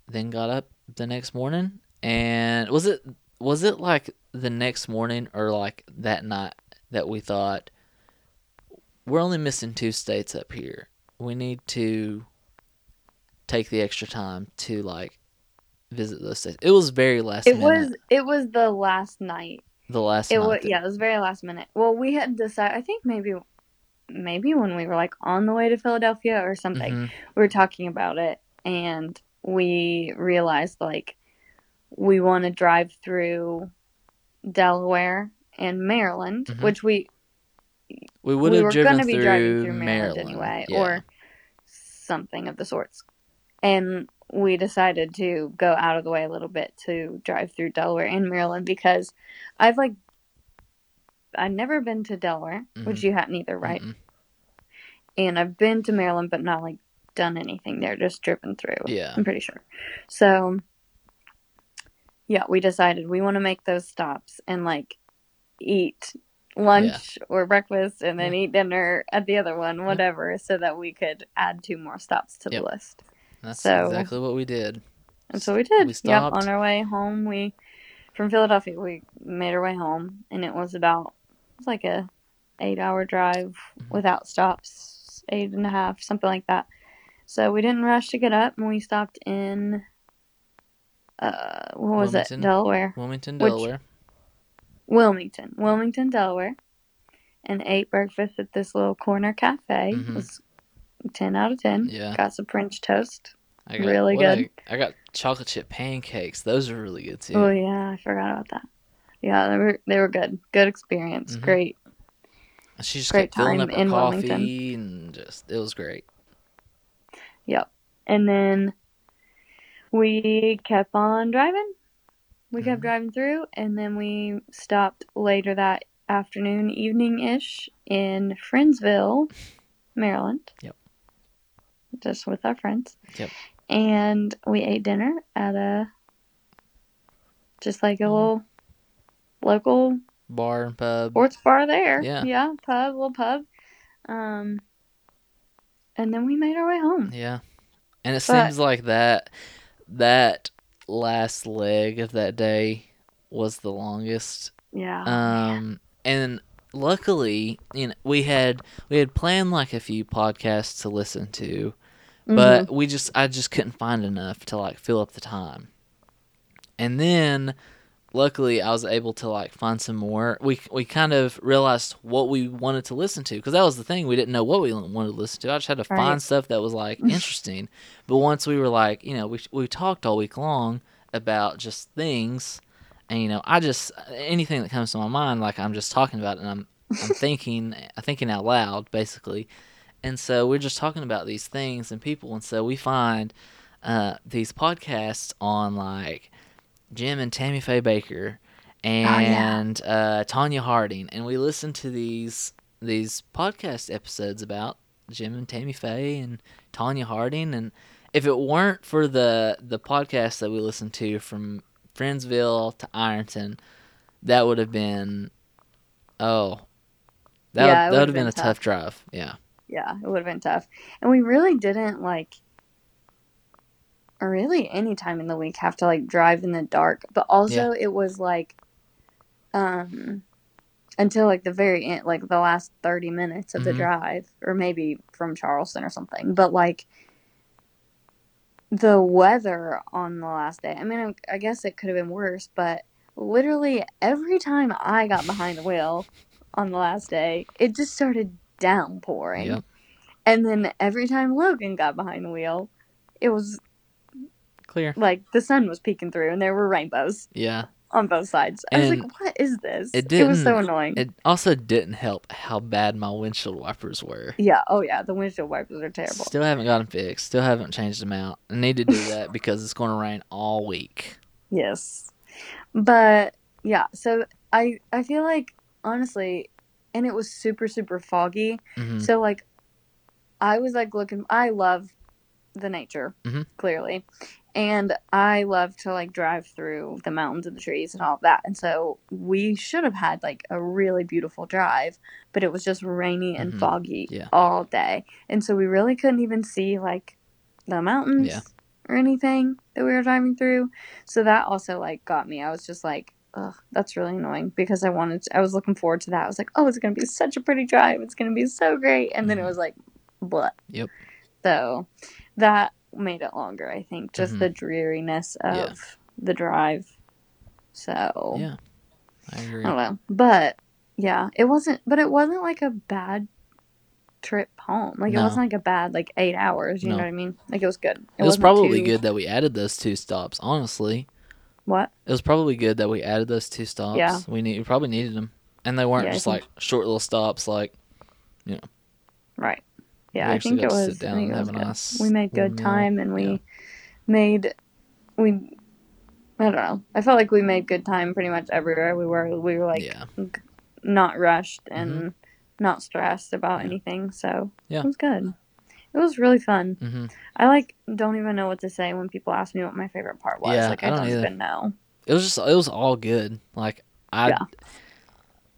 [SPEAKER 1] then got up the next morning. And was it was it like the next morning or like that night that we thought we're only missing two states up here we need to take the extra time to like visit those states. It was very last
[SPEAKER 2] it
[SPEAKER 1] minute.
[SPEAKER 2] was it was the last night
[SPEAKER 1] the last
[SPEAKER 2] It
[SPEAKER 1] night
[SPEAKER 2] was
[SPEAKER 1] that-
[SPEAKER 2] yeah, it was very last minute. Well, we had decided. I think maybe, maybe when we were like on the way to Philadelphia or something,
[SPEAKER 1] Mhm.
[SPEAKER 2] we were talking about it, and we realized like we want to drive through Delaware and Maryland,
[SPEAKER 1] Mhm.
[SPEAKER 2] which we
[SPEAKER 1] We would
[SPEAKER 2] we
[SPEAKER 1] have
[SPEAKER 2] were
[SPEAKER 1] driven
[SPEAKER 2] going to be
[SPEAKER 1] through,
[SPEAKER 2] driving through
[SPEAKER 1] Maryland,
[SPEAKER 2] Maryland, anyway,
[SPEAKER 1] yeah.
[SPEAKER 2] or something of the sorts, and we decided to go out of the way a little bit to drive through Delaware and Maryland because I've like I've never been to Delaware, which you hadn't either, right?
[SPEAKER 1] Mhm.
[SPEAKER 2] And I've been to Maryland, but not like done anything there, just driven through.
[SPEAKER 1] Yeah.
[SPEAKER 2] I'm pretty sure. So, yeah, we decided we want to make those stops and like eat lunch or breakfast and then eat dinner at the other one, whatever, so that we could add two more stops to
[SPEAKER 1] Yep.
[SPEAKER 2] the list.
[SPEAKER 1] That's
[SPEAKER 2] So-
[SPEAKER 1] exactly what we did.
[SPEAKER 2] And so we did.
[SPEAKER 1] We
[SPEAKER 2] yep.
[SPEAKER 1] stopped.
[SPEAKER 2] On our way home, we from Philadelphia, we made our way home, and it was about it was like a eight hour drive
[SPEAKER 1] Mhm.
[SPEAKER 2] without stops, eight and a half, something like that. So we didn't rush to get up, and we stopped in. Uh, what was
[SPEAKER 1] Wilmington?
[SPEAKER 2] it? Delaware,
[SPEAKER 1] Wilmington,
[SPEAKER 2] Which-
[SPEAKER 1] Delaware.
[SPEAKER 2] Wilmington, Wilmington, Delaware, and ate breakfast at this little corner cafe.
[SPEAKER 1] Mhm.
[SPEAKER 2] It was ten out of ten.
[SPEAKER 1] Yeah.
[SPEAKER 2] Got some French toast.
[SPEAKER 1] I got,
[SPEAKER 2] really
[SPEAKER 1] what
[SPEAKER 2] good.
[SPEAKER 1] I, I got chocolate chip pancakes. Those are really good too.
[SPEAKER 2] Oh yeah, I forgot about that. Yeah, they were they were good. Good experience.
[SPEAKER 1] Mhm.
[SPEAKER 2] Great.
[SPEAKER 1] And she just
[SPEAKER 2] great
[SPEAKER 1] kept filling
[SPEAKER 2] time
[SPEAKER 1] up her
[SPEAKER 2] in
[SPEAKER 1] coffee
[SPEAKER 2] Wilmington.
[SPEAKER 1] and just it was great.
[SPEAKER 2] Yep. And then we kept on driving. We kept
[SPEAKER 1] Mhm.
[SPEAKER 2] driving through and then we stopped later that afternoon, evening ish in Friendsville, Maryland.
[SPEAKER 1] Yep.
[SPEAKER 2] Just with our friends.
[SPEAKER 1] Yep.
[SPEAKER 2] And we ate dinner at a just like a
[SPEAKER 1] Mm.
[SPEAKER 2] little local
[SPEAKER 1] bar and pub.
[SPEAKER 2] sports bar there.
[SPEAKER 1] Yeah.
[SPEAKER 2] Yeah, pub, little pub. Um, and then we made our way home.
[SPEAKER 1] Yeah. And it
[SPEAKER 2] But-
[SPEAKER 1] seems like that that last leg of that day was the longest.
[SPEAKER 2] Yeah.
[SPEAKER 1] Um and luckily, you know, we had we had planned like a few podcasts to listen to,
[SPEAKER 2] Mm-hmm.
[SPEAKER 1] but we just I just couldn't find enough to like fill up the time. And then luckily I was able to like find some more. We we kind of realized what we wanted to listen to because that was the thing we didn't know what we wanted to listen to. I just had to
[SPEAKER 2] Right.
[SPEAKER 1] find stuff that was like interesting. But once we were like, you know, we we talked all week long about just things and you know, I just anything that comes to my mind like I'm just talking about it and I'm I'm thinking thinking out loud basically. And so we're just talking about these things and people. And so we find uh, these podcasts on like Jim and Tammy Faye Baker and uh, Tanya Harding. And we listen to these these podcast episodes about Jim and Tammy Faye and Tanya Harding. And if it weren't for the, the podcast that we listened to from Friendsville to Ironton, that would have been, oh, that,
[SPEAKER 2] Yeah, it
[SPEAKER 1] would, that would
[SPEAKER 2] would've
[SPEAKER 1] have been,
[SPEAKER 2] been
[SPEAKER 1] a tough drive. Yeah.
[SPEAKER 2] yeah, it would have been tough. And we really didn't like really any time in the week have to like drive in the dark. But also it was like um until like the very end like the last thirty minutes of the
[SPEAKER 1] Mhm.
[SPEAKER 2] drive, or maybe from Charleston or something. But like the weather on the last day. I mean, I, I guess it could have been worse, but literally every time I got behind the wheel on the last day, it just started downpouring.
[SPEAKER 1] Yep.
[SPEAKER 2] And then every time Logan got behind the wheel, it was
[SPEAKER 1] Clear.
[SPEAKER 2] like the sun was peeking through and there were rainbows
[SPEAKER 1] Yeah.
[SPEAKER 2] on both sides. I was
[SPEAKER 1] And
[SPEAKER 2] like, what is this?
[SPEAKER 1] it
[SPEAKER 2] was so
[SPEAKER 1] didn't-
[SPEAKER 2] annoying.
[SPEAKER 1] It also didn't help how bad my windshield wipers were.
[SPEAKER 2] yeah, oh yeah, the windshield wipers are terrible.
[SPEAKER 1] Still haven't got them fixed. Still haven't changed them out. I need to do that because it's going to rain all week.
[SPEAKER 2] Yes. But yeah, so I I feel like honestly and it was super super foggy.
[SPEAKER 1] hmm
[SPEAKER 2] So like, I was like looking. I love the nature
[SPEAKER 1] Mhm.
[SPEAKER 2] clearly, and I love to like drive through the mountains and the trees and all of that. And so we should have had like a really beautiful drive, but it was just rainy and
[SPEAKER 1] Mhm.
[SPEAKER 2] foggy
[SPEAKER 1] Yeah.
[SPEAKER 2] all day, and so we really couldn't even see like the mountains
[SPEAKER 1] Yeah.
[SPEAKER 2] or anything that we were driving through. So that also like got me. I was just like. Ugh, that's really annoying because I wanted to, I was looking forward to that. I was like, oh, it's going to be such a pretty drive. It's going to be so great. And then it
[SPEAKER 1] Mhm.
[SPEAKER 2] was like, blah.
[SPEAKER 1] Yep.
[SPEAKER 2] So that made it longer, I think, just
[SPEAKER 1] Mhm.
[SPEAKER 2] the dreariness of
[SPEAKER 1] Yeah.
[SPEAKER 2] the drive. So
[SPEAKER 1] Yeah. I
[SPEAKER 2] I
[SPEAKER 1] agree.
[SPEAKER 2] don't know. Oh, But yeah, it wasn't, but it wasn't like a bad trip home. Like it
[SPEAKER 1] No.
[SPEAKER 2] wasn't like a bad, like eight hours. You
[SPEAKER 1] No.
[SPEAKER 2] know what I mean? Like it was good.
[SPEAKER 1] It was
[SPEAKER 2] wasn't
[SPEAKER 1] probably
[SPEAKER 2] too-
[SPEAKER 1] good that we added those two stops, honestly.
[SPEAKER 2] What?
[SPEAKER 1] It was probably good that we added those two stops.
[SPEAKER 2] Yeah.
[SPEAKER 1] We, need, we probably needed them. And they weren't
[SPEAKER 2] Yeah, I
[SPEAKER 1] just
[SPEAKER 2] think-
[SPEAKER 1] like short little stops. Like,
[SPEAKER 2] Right. Yeah,
[SPEAKER 1] We
[SPEAKER 2] I
[SPEAKER 1] actually
[SPEAKER 2] think
[SPEAKER 1] got
[SPEAKER 2] it
[SPEAKER 1] to sit
[SPEAKER 2] was. I
[SPEAKER 1] down
[SPEAKER 2] think
[SPEAKER 1] and
[SPEAKER 2] it
[SPEAKER 1] have
[SPEAKER 2] was
[SPEAKER 1] a
[SPEAKER 2] good.
[SPEAKER 1] nice
[SPEAKER 2] we made good
[SPEAKER 1] meal.
[SPEAKER 2] time, and we
[SPEAKER 1] Yeah.
[SPEAKER 2] made we. I don't know. I felt like we made good time pretty much everywhere we were. We were like
[SPEAKER 1] yeah. Mm-hmm.
[SPEAKER 2] not rushed and not stressed about anything, so
[SPEAKER 1] Yeah.
[SPEAKER 2] it was good. It was really fun.
[SPEAKER 1] hmm
[SPEAKER 2] I like don't even know what to say when people ask me what my favorite part was.
[SPEAKER 1] Yeah,
[SPEAKER 2] like
[SPEAKER 1] I
[SPEAKER 2] I,
[SPEAKER 1] don't
[SPEAKER 2] don't,
[SPEAKER 1] either.
[SPEAKER 2] even know.
[SPEAKER 1] it was just it was all good. Like I,
[SPEAKER 2] Yeah.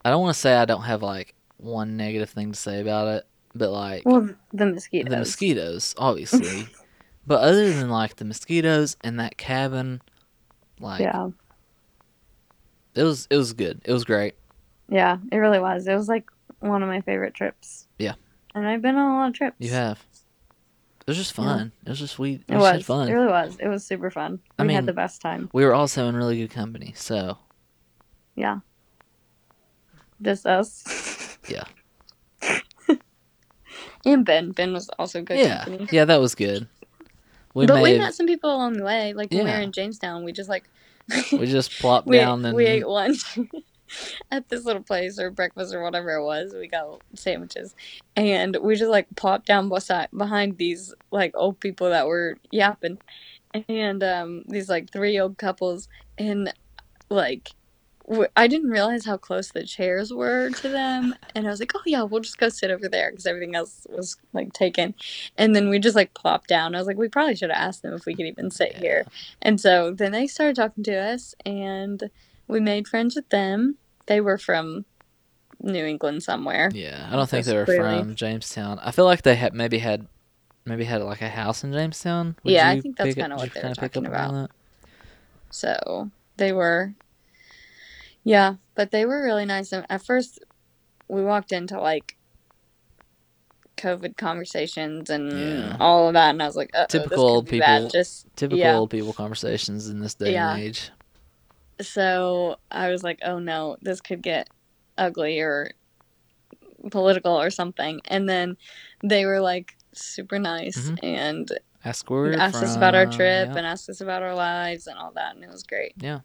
[SPEAKER 1] I don't want to say I don't have like one negative thing to say about it, but like
[SPEAKER 2] Well, the mosquitoes.
[SPEAKER 1] the mosquitoes, obviously. but other than like the mosquitoes and that cabin, like
[SPEAKER 2] yeah.
[SPEAKER 1] it was it was good. It was great.
[SPEAKER 2] Yeah, it really was. It was like one of my favorite trips.
[SPEAKER 1] Yeah.
[SPEAKER 2] And I've been on a lot of trips.
[SPEAKER 1] You have. It was just fun. It was just we. It,
[SPEAKER 2] It
[SPEAKER 1] was,
[SPEAKER 2] was.
[SPEAKER 1] just fun.
[SPEAKER 2] It really was. It was super fun.
[SPEAKER 1] I
[SPEAKER 2] We
[SPEAKER 1] mean-
[SPEAKER 2] had the best time.
[SPEAKER 1] we were also in really good company, so
[SPEAKER 2] Yeah. Just us.
[SPEAKER 1] Yeah.
[SPEAKER 2] and Ben. Ben was also good.
[SPEAKER 1] yeah,
[SPEAKER 2] company.
[SPEAKER 1] yeah, that was good. We
[SPEAKER 2] but we
[SPEAKER 1] may have,
[SPEAKER 2] met some people along the way. Like when we
[SPEAKER 1] Yeah.
[SPEAKER 2] were in Jamestown, we just like
[SPEAKER 1] we just plopped
[SPEAKER 2] we,
[SPEAKER 1] down and
[SPEAKER 3] and-
[SPEAKER 2] we ate lunch at this little place or breakfast or whatever it was. We got sandwiches, and we just like popped down beside behind these like old people that were yapping, and um these like three old couples, and like. w- I didn't realize how close the chairs were to them, and I was like, "Oh yeah, we'll just go sit over there," because everything else was like taken. And then we just like plopped down. I was like, "We probably should have asked them if we could even sit here." And so then they started talking to us, and We made friends with them. They were from New England somewhere.
[SPEAKER 1] Yeah, I don't think they were
[SPEAKER 2] Clearly.
[SPEAKER 1] from Jamestown. I feel like they had maybe had maybe had like a house in Jamestown.
[SPEAKER 2] Yeah, I
[SPEAKER 1] you
[SPEAKER 2] think that's
[SPEAKER 1] pick up-
[SPEAKER 2] kinda
[SPEAKER 1] did
[SPEAKER 2] what
[SPEAKER 1] you
[SPEAKER 2] they were
[SPEAKER 1] kinda pick
[SPEAKER 2] talking
[SPEAKER 1] up on that?
[SPEAKER 2] So they were, yeah, but they were really nice. And at first, we walked into like COVID conversations and
[SPEAKER 1] Yeah.
[SPEAKER 2] all of that, and I was like, Uh-oh,
[SPEAKER 1] Typical
[SPEAKER 2] typical
[SPEAKER 1] old
[SPEAKER 2] people. Bad.
[SPEAKER 1] people.
[SPEAKER 2] Just
[SPEAKER 1] Typical
[SPEAKER 2] Yeah.
[SPEAKER 1] old people conversations in this day
[SPEAKER 2] Yeah.
[SPEAKER 1] and age.
[SPEAKER 2] so I was like, oh no, this could get ugly or political or something. And then they were like super nice
[SPEAKER 1] Mhm.
[SPEAKER 2] and
[SPEAKER 1] Ask where we're
[SPEAKER 2] asked us about our
[SPEAKER 1] from,
[SPEAKER 2] trip
[SPEAKER 1] yeah.
[SPEAKER 2] and asked us about our lives and all that, and it was great.
[SPEAKER 1] Yeah.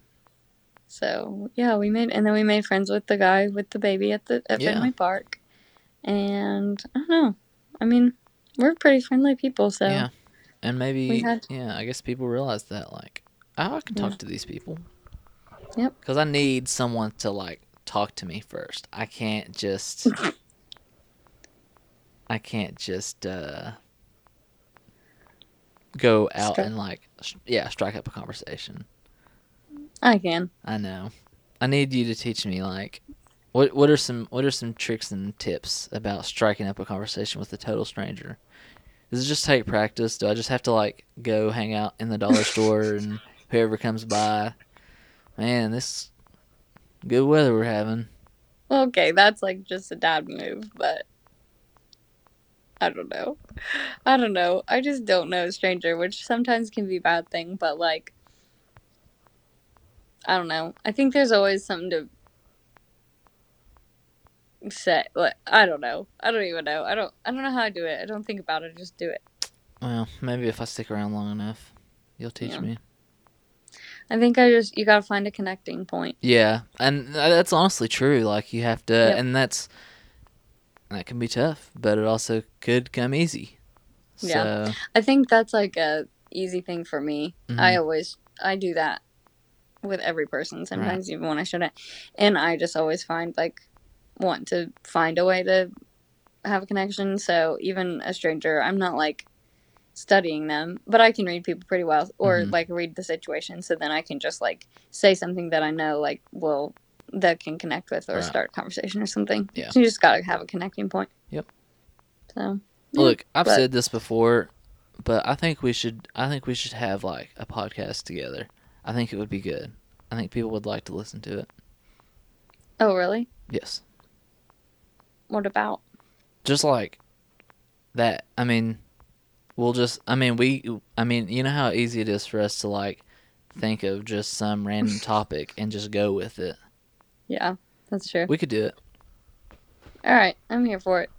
[SPEAKER 2] So yeah, we made and then we made friends with the guy with the baby at the at
[SPEAKER 1] Yeah.
[SPEAKER 2] Fenway Park, and I don't know. I mean, we're pretty friendly people, so
[SPEAKER 1] yeah, and maybe
[SPEAKER 2] had-
[SPEAKER 1] yeah. I guess people realize that like, oh, I can talk to these people.
[SPEAKER 2] Yep.
[SPEAKER 1] Because I need someone to like talk to me first. I can't just. I can't just uh, go out
[SPEAKER 2] Stri-
[SPEAKER 1] and like s- yeah strike up a conversation.
[SPEAKER 2] I can.
[SPEAKER 1] I know. I need you to teach me like what what are some what are some tricks and tips about striking up a conversation with a total stranger? Does it just take practice? Do I just have to like go hang out in the dollar store and whoever comes by? Man, this good weather we're having.
[SPEAKER 2] Okay, that's like just a dad move, but I don't know. I don't know. I just don't know a stranger, which sometimes can be a bad thing, but like I don't know. I think there's always something to say. Like I don't know. I don't even know. I don't I don't know how I do it. I don't think about it, I just do it.
[SPEAKER 1] Well, maybe if I stick around long enough, you'll teach
[SPEAKER 2] Yeah.
[SPEAKER 1] me.
[SPEAKER 2] I think I just you gotta find a connecting point.
[SPEAKER 1] Yeah, and tha- that's honestly true. Like you have to,
[SPEAKER 2] Yep.
[SPEAKER 1] and that's that can be tough, but it also could come easy.
[SPEAKER 2] Yeah.
[SPEAKER 1] So,
[SPEAKER 2] I think that's like a easy thing for me.
[SPEAKER 1] Mhm.
[SPEAKER 2] I always I do that with every person sometimes even when I shouldn't. And I just always find like want to find a way to have a connection. So even a stranger, I'm not like studying them, but I can read people pretty well or
[SPEAKER 1] Mhm.
[SPEAKER 2] like read the situation so then I can just like say something that I know like will that can connect with or
[SPEAKER 1] Right.
[SPEAKER 2] start a conversation or something.
[SPEAKER 1] Yeah.
[SPEAKER 2] So you just got to have a connecting point.
[SPEAKER 1] Yep.
[SPEAKER 2] So Yeah,
[SPEAKER 1] Look, I've
[SPEAKER 2] but-
[SPEAKER 1] said this before, but I think we should. I think we should have like a podcast together. I think it would be good. I think people would like to listen to it.
[SPEAKER 2] Oh, really?
[SPEAKER 1] Yes,
[SPEAKER 2] What about?
[SPEAKER 1] just like that. I mean, we'll just. I mean, we. I mean, you know how easy it is for us to like think of just some random topic and just go with it.
[SPEAKER 2] Yeah, that's true.
[SPEAKER 1] We could do it.
[SPEAKER 2] All right, I'm here for it.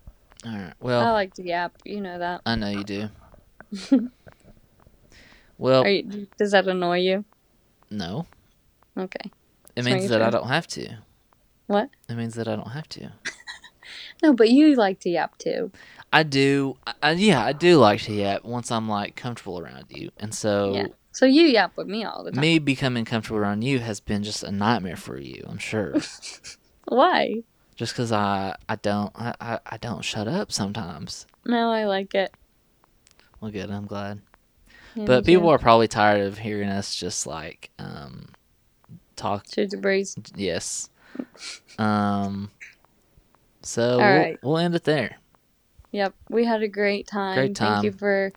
[SPEAKER 1] All right.
[SPEAKER 2] I
[SPEAKER 1] Well,
[SPEAKER 2] like to yap. You know that.
[SPEAKER 1] I know you do. well,
[SPEAKER 2] Are you, does that annoy you?
[SPEAKER 1] no.
[SPEAKER 2] Okay.
[SPEAKER 1] It
[SPEAKER 2] Sorry,
[SPEAKER 1] means
[SPEAKER 2] you
[SPEAKER 1] that I
[SPEAKER 2] said-
[SPEAKER 1] don't have to.
[SPEAKER 2] What?
[SPEAKER 1] It means that I don't have to.
[SPEAKER 2] No, but you like to yap too.
[SPEAKER 1] I do. I, I- yeah, I do like to yap once I'm like comfortable around you, and so
[SPEAKER 2] Yeah. So you yap with me all the time.
[SPEAKER 1] me becoming comfortable around you has been just a nightmare for you. I'm sure,
[SPEAKER 2] Why?
[SPEAKER 1] just because I I don't I, I, I don't shut up sometimes.
[SPEAKER 2] No, I like it.
[SPEAKER 1] Well, good. I'm glad.
[SPEAKER 2] Yeah,
[SPEAKER 1] But
[SPEAKER 2] me too.
[SPEAKER 1] people are probably tired of hearing us just like um talk.
[SPEAKER 2] Shoot the breeze.
[SPEAKER 1] Yes. Um. So
[SPEAKER 2] All
[SPEAKER 1] we'll,
[SPEAKER 2] right.
[SPEAKER 1] we'll end it there.
[SPEAKER 2] Yep. We had a great time.
[SPEAKER 1] Great
[SPEAKER 2] Thank you
[SPEAKER 1] time.
[SPEAKER 2] for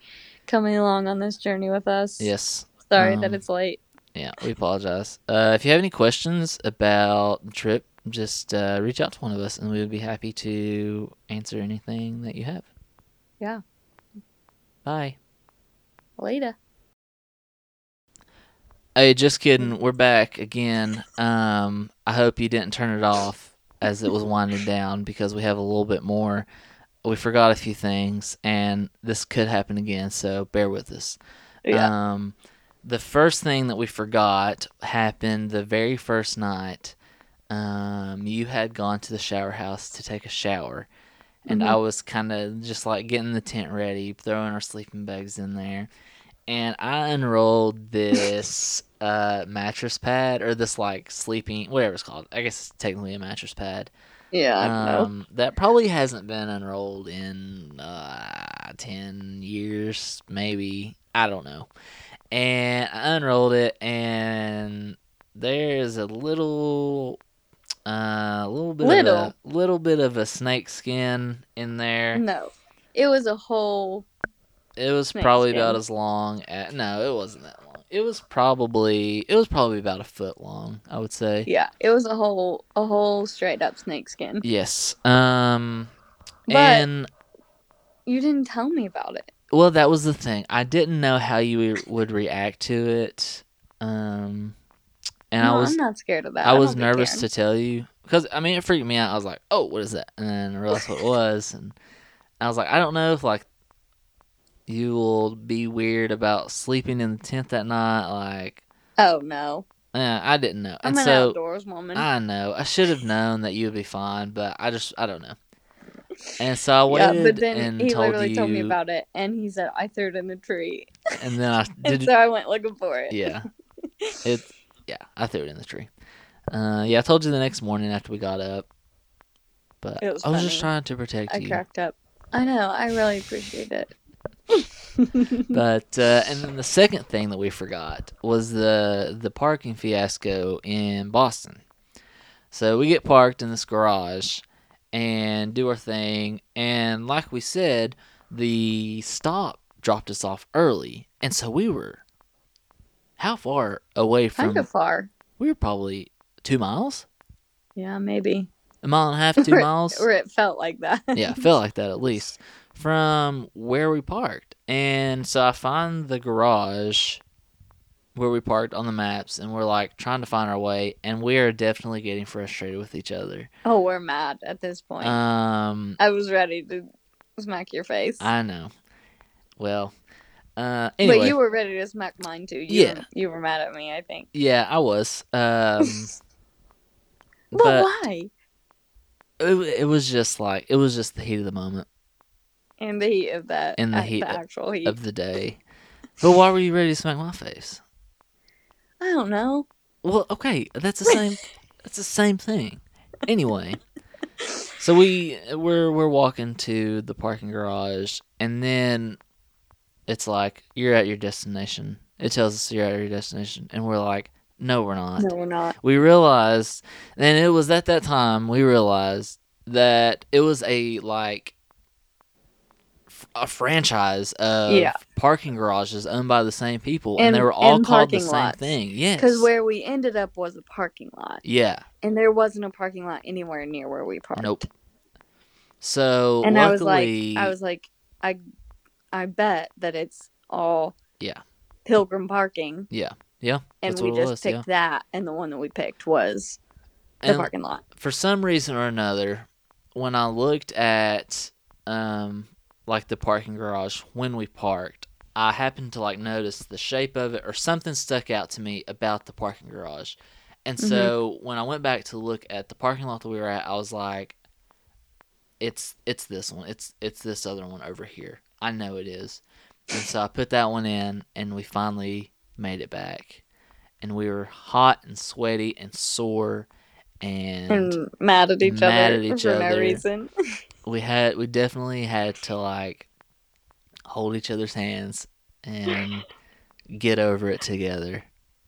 [SPEAKER 2] coming along on this journey with us.
[SPEAKER 1] Yes.
[SPEAKER 2] Sorry
[SPEAKER 1] um,
[SPEAKER 2] that it's late.
[SPEAKER 1] Yeah, we apologize. Uh, if you have any questions about the trip, just uh, reach out to one of us, and we would be happy to answer anything that you have.
[SPEAKER 2] Yeah.
[SPEAKER 1] Bye.
[SPEAKER 2] Later.
[SPEAKER 1] Hey, just kidding. We're back again. Um, I hope you didn't turn it off as it was winding down because we have a little bit more. We forgot a few things, and this could happen again. So bear with us.
[SPEAKER 2] Yeah.
[SPEAKER 1] Um, the first thing that we forgot happened the very first night. Um, you had gone to the shower house to take a shower, and I was kind of just like getting the tent ready, throwing our sleeping bags in there, and I unrolled this uh, mattress pad or this like sleeping whatever it's called. I guess it's technically a mattress pad.
[SPEAKER 2] yeah.
[SPEAKER 1] Um, that probably hasn't been unrolled in uh, 10 years, maybe. I don't know. And I unrolled it, and there is a little, uh, little bit of
[SPEAKER 2] Little.
[SPEAKER 1] a little bit of a snake skin in there.
[SPEAKER 2] No, it was a whole.
[SPEAKER 1] It was
[SPEAKER 2] Snake
[SPEAKER 1] probably
[SPEAKER 2] skin.
[SPEAKER 1] about as long. At, no, it wasn't that long. It was probably it was probably about a foot long. I would say.
[SPEAKER 2] Yeah, it was a whole a whole straight up snake skin.
[SPEAKER 1] Yes. Um.
[SPEAKER 2] But
[SPEAKER 1] and
[SPEAKER 2] you didn't tell me about it.
[SPEAKER 1] well, that was the thing. I didn't know how you e-, would react to it. Um. And
[SPEAKER 2] no,
[SPEAKER 1] I was
[SPEAKER 2] I'm not scared of that.
[SPEAKER 1] I
[SPEAKER 2] don't
[SPEAKER 1] was
[SPEAKER 2] think
[SPEAKER 1] nervous
[SPEAKER 2] Karen-
[SPEAKER 1] to tell you because I mean it freaked me out. I was like, "Oh, what is that?" And then I realized what it was, and I was like, "I don't know if like you will be weird about sleeping in the tent that night." Like,
[SPEAKER 2] Oh no,
[SPEAKER 1] eh, I didn't know,
[SPEAKER 2] I'm
[SPEAKER 1] and
[SPEAKER 2] an
[SPEAKER 1] so
[SPEAKER 2] outdoors woman.
[SPEAKER 1] I know I should have known that you would be fine, but I just I don't know. And so I
[SPEAKER 2] yeah,
[SPEAKER 1] waited
[SPEAKER 2] but then
[SPEAKER 1] and
[SPEAKER 2] he
[SPEAKER 1] told
[SPEAKER 2] literally
[SPEAKER 1] you,
[SPEAKER 2] told me about it, and he said I threw it in the tree,
[SPEAKER 1] and then I
[SPEAKER 2] and
[SPEAKER 1] did.
[SPEAKER 2] so I went looking for it.
[SPEAKER 1] yeah, it. Yeah, I threw it in the tree. Uh, yeah, I told you the next morning after we got up. But
[SPEAKER 2] It was
[SPEAKER 1] I was just
[SPEAKER 2] funny.
[SPEAKER 1] trying to protect
[SPEAKER 2] I
[SPEAKER 1] you.
[SPEAKER 2] cracked up. I know. I really appreciate it.
[SPEAKER 1] But uh, and then the second thing that we forgot was the the parking fiasco in Boston. So we get parked in this garage and do our thing, and like we said, the stop dropped us off early, and so we were how far away from?
[SPEAKER 2] Kind of far.
[SPEAKER 1] We were probably two miles,
[SPEAKER 2] Yeah, maybe.
[SPEAKER 1] a mile and a half, two
[SPEAKER 2] Or-
[SPEAKER 1] miles.
[SPEAKER 2] Or it felt like that.
[SPEAKER 1] yeah, it felt like that at least from where we parked. And so I find the garage where we parked on the maps and we're like trying to find our way and we are definitely getting frustrated with each other.
[SPEAKER 2] Oh, we're mad at this point.
[SPEAKER 1] Um
[SPEAKER 2] I was ready to smack your face.
[SPEAKER 1] I know. Well, uh anyway,
[SPEAKER 2] But you were ready to smack mine too. You
[SPEAKER 1] Yeah.
[SPEAKER 2] Were, you were mad at me, I think.
[SPEAKER 1] yeah, I was. Um
[SPEAKER 2] But,
[SPEAKER 1] but
[SPEAKER 2] why?
[SPEAKER 1] it, it was just like it was just the heat of the moment
[SPEAKER 2] In the heat of that.
[SPEAKER 1] In the
[SPEAKER 2] uh,
[SPEAKER 1] heat
[SPEAKER 2] The actual heat.
[SPEAKER 1] of the day. But why were you ready to smack my face?
[SPEAKER 2] I don't know.
[SPEAKER 1] Well, okay, that's the same. that's the same thing. Anyway, so we we're we're walking to the parking garage, and then it's like you're at your destination. It tells us you're at your destination, and we're like, no, we're not.
[SPEAKER 2] No, we're not.
[SPEAKER 1] We realized, and it was at that time we realized that it was a like f- a franchise of
[SPEAKER 2] Yeah.
[SPEAKER 1] parking garages owned by the same people, and,
[SPEAKER 2] And-
[SPEAKER 1] they were all
[SPEAKER 2] and
[SPEAKER 1] called the
[SPEAKER 2] parking
[SPEAKER 1] same
[SPEAKER 2] lots.
[SPEAKER 1] thing. Yes,
[SPEAKER 2] Because where we ended up was a parking lot.
[SPEAKER 1] yeah.
[SPEAKER 2] And there wasn't a parking lot anywhere near where we parked.
[SPEAKER 1] Nope. So
[SPEAKER 2] And
[SPEAKER 1] luckily,
[SPEAKER 2] I was like, I was like, I, I bet that it's all
[SPEAKER 1] Yeah.
[SPEAKER 2] pilgrim parking.
[SPEAKER 1] Yeah. Yeah.
[SPEAKER 2] And
[SPEAKER 1] That's
[SPEAKER 2] we
[SPEAKER 1] what it
[SPEAKER 2] just
[SPEAKER 1] was,
[SPEAKER 2] picked
[SPEAKER 1] yeah.
[SPEAKER 2] that, and the one that we picked was the
[SPEAKER 1] and
[SPEAKER 2] parking lot.
[SPEAKER 1] for some reason or another, when I looked at um like the parking garage when we parked, I happened to like notice the shape of it or something stuck out to me about the parking garage. And so
[SPEAKER 2] Mm-hmm.
[SPEAKER 1] when I went back to look at the parking lot that we were at, I was like it's it's this one. It's it's this other one over here. I know it is. And so I put that one in and we finally made it back. And we were hot and sweaty and sore and
[SPEAKER 2] and mad at each
[SPEAKER 1] mad
[SPEAKER 2] other
[SPEAKER 1] at each
[SPEAKER 2] for no
[SPEAKER 1] other.
[SPEAKER 2] reason.
[SPEAKER 1] we had we definitely had to like hold each other's hands and get over it together.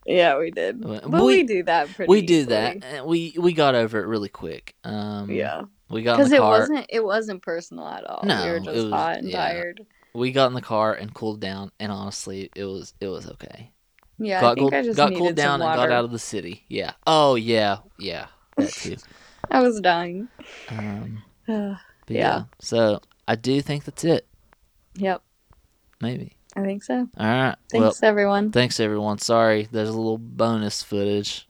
[SPEAKER 2] yeah, we did.
[SPEAKER 1] Well,
[SPEAKER 2] But
[SPEAKER 1] we-
[SPEAKER 2] we, do that pretty.
[SPEAKER 1] we do
[SPEAKER 2] easily.
[SPEAKER 1] that. And we we got over it really quick. Um,
[SPEAKER 2] Yeah,
[SPEAKER 1] we got in
[SPEAKER 2] because
[SPEAKER 1] the
[SPEAKER 2] it
[SPEAKER 1] car.
[SPEAKER 2] wasn't it wasn't personal at all.
[SPEAKER 1] No,
[SPEAKER 2] we were
[SPEAKER 1] it
[SPEAKER 2] just
[SPEAKER 1] was-
[SPEAKER 2] hot and
[SPEAKER 1] yeah.
[SPEAKER 2] tired.
[SPEAKER 1] We got in the car and cooled down. And honestly, it was it was okay.
[SPEAKER 2] Yeah,
[SPEAKER 1] got
[SPEAKER 2] I think
[SPEAKER 1] cooled,
[SPEAKER 2] I just
[SPEAKER 1] got
[SPEAKER 2] needed
[SPEAKER 1] cooled down
[SPEAKER 2] some
[SPEAKER 1] and
[SPEAKER 2] water.
[SPEAKER 1] got out of the city. Yeah. Oh yeah, yeah. That too.
[SPEAKER 2] I was dying.
[SPEAKER 1] um, but yeah.
[SPEAKER 2] Yeah.
[SPEAKER 1] So I do think that's it.
[SPEAKER 2] yep,
[SPEAKER 1] Maybe.
[SPEAKER 2] I think so.
[SPEAKER 1] All right.
[SPEAKER 2] Thanks
[SPEAKER 1] well,
[SPEAKER 2] everyone.
[SPEAKER 1] thanks everyone. Sorry, there's a little bonus footage.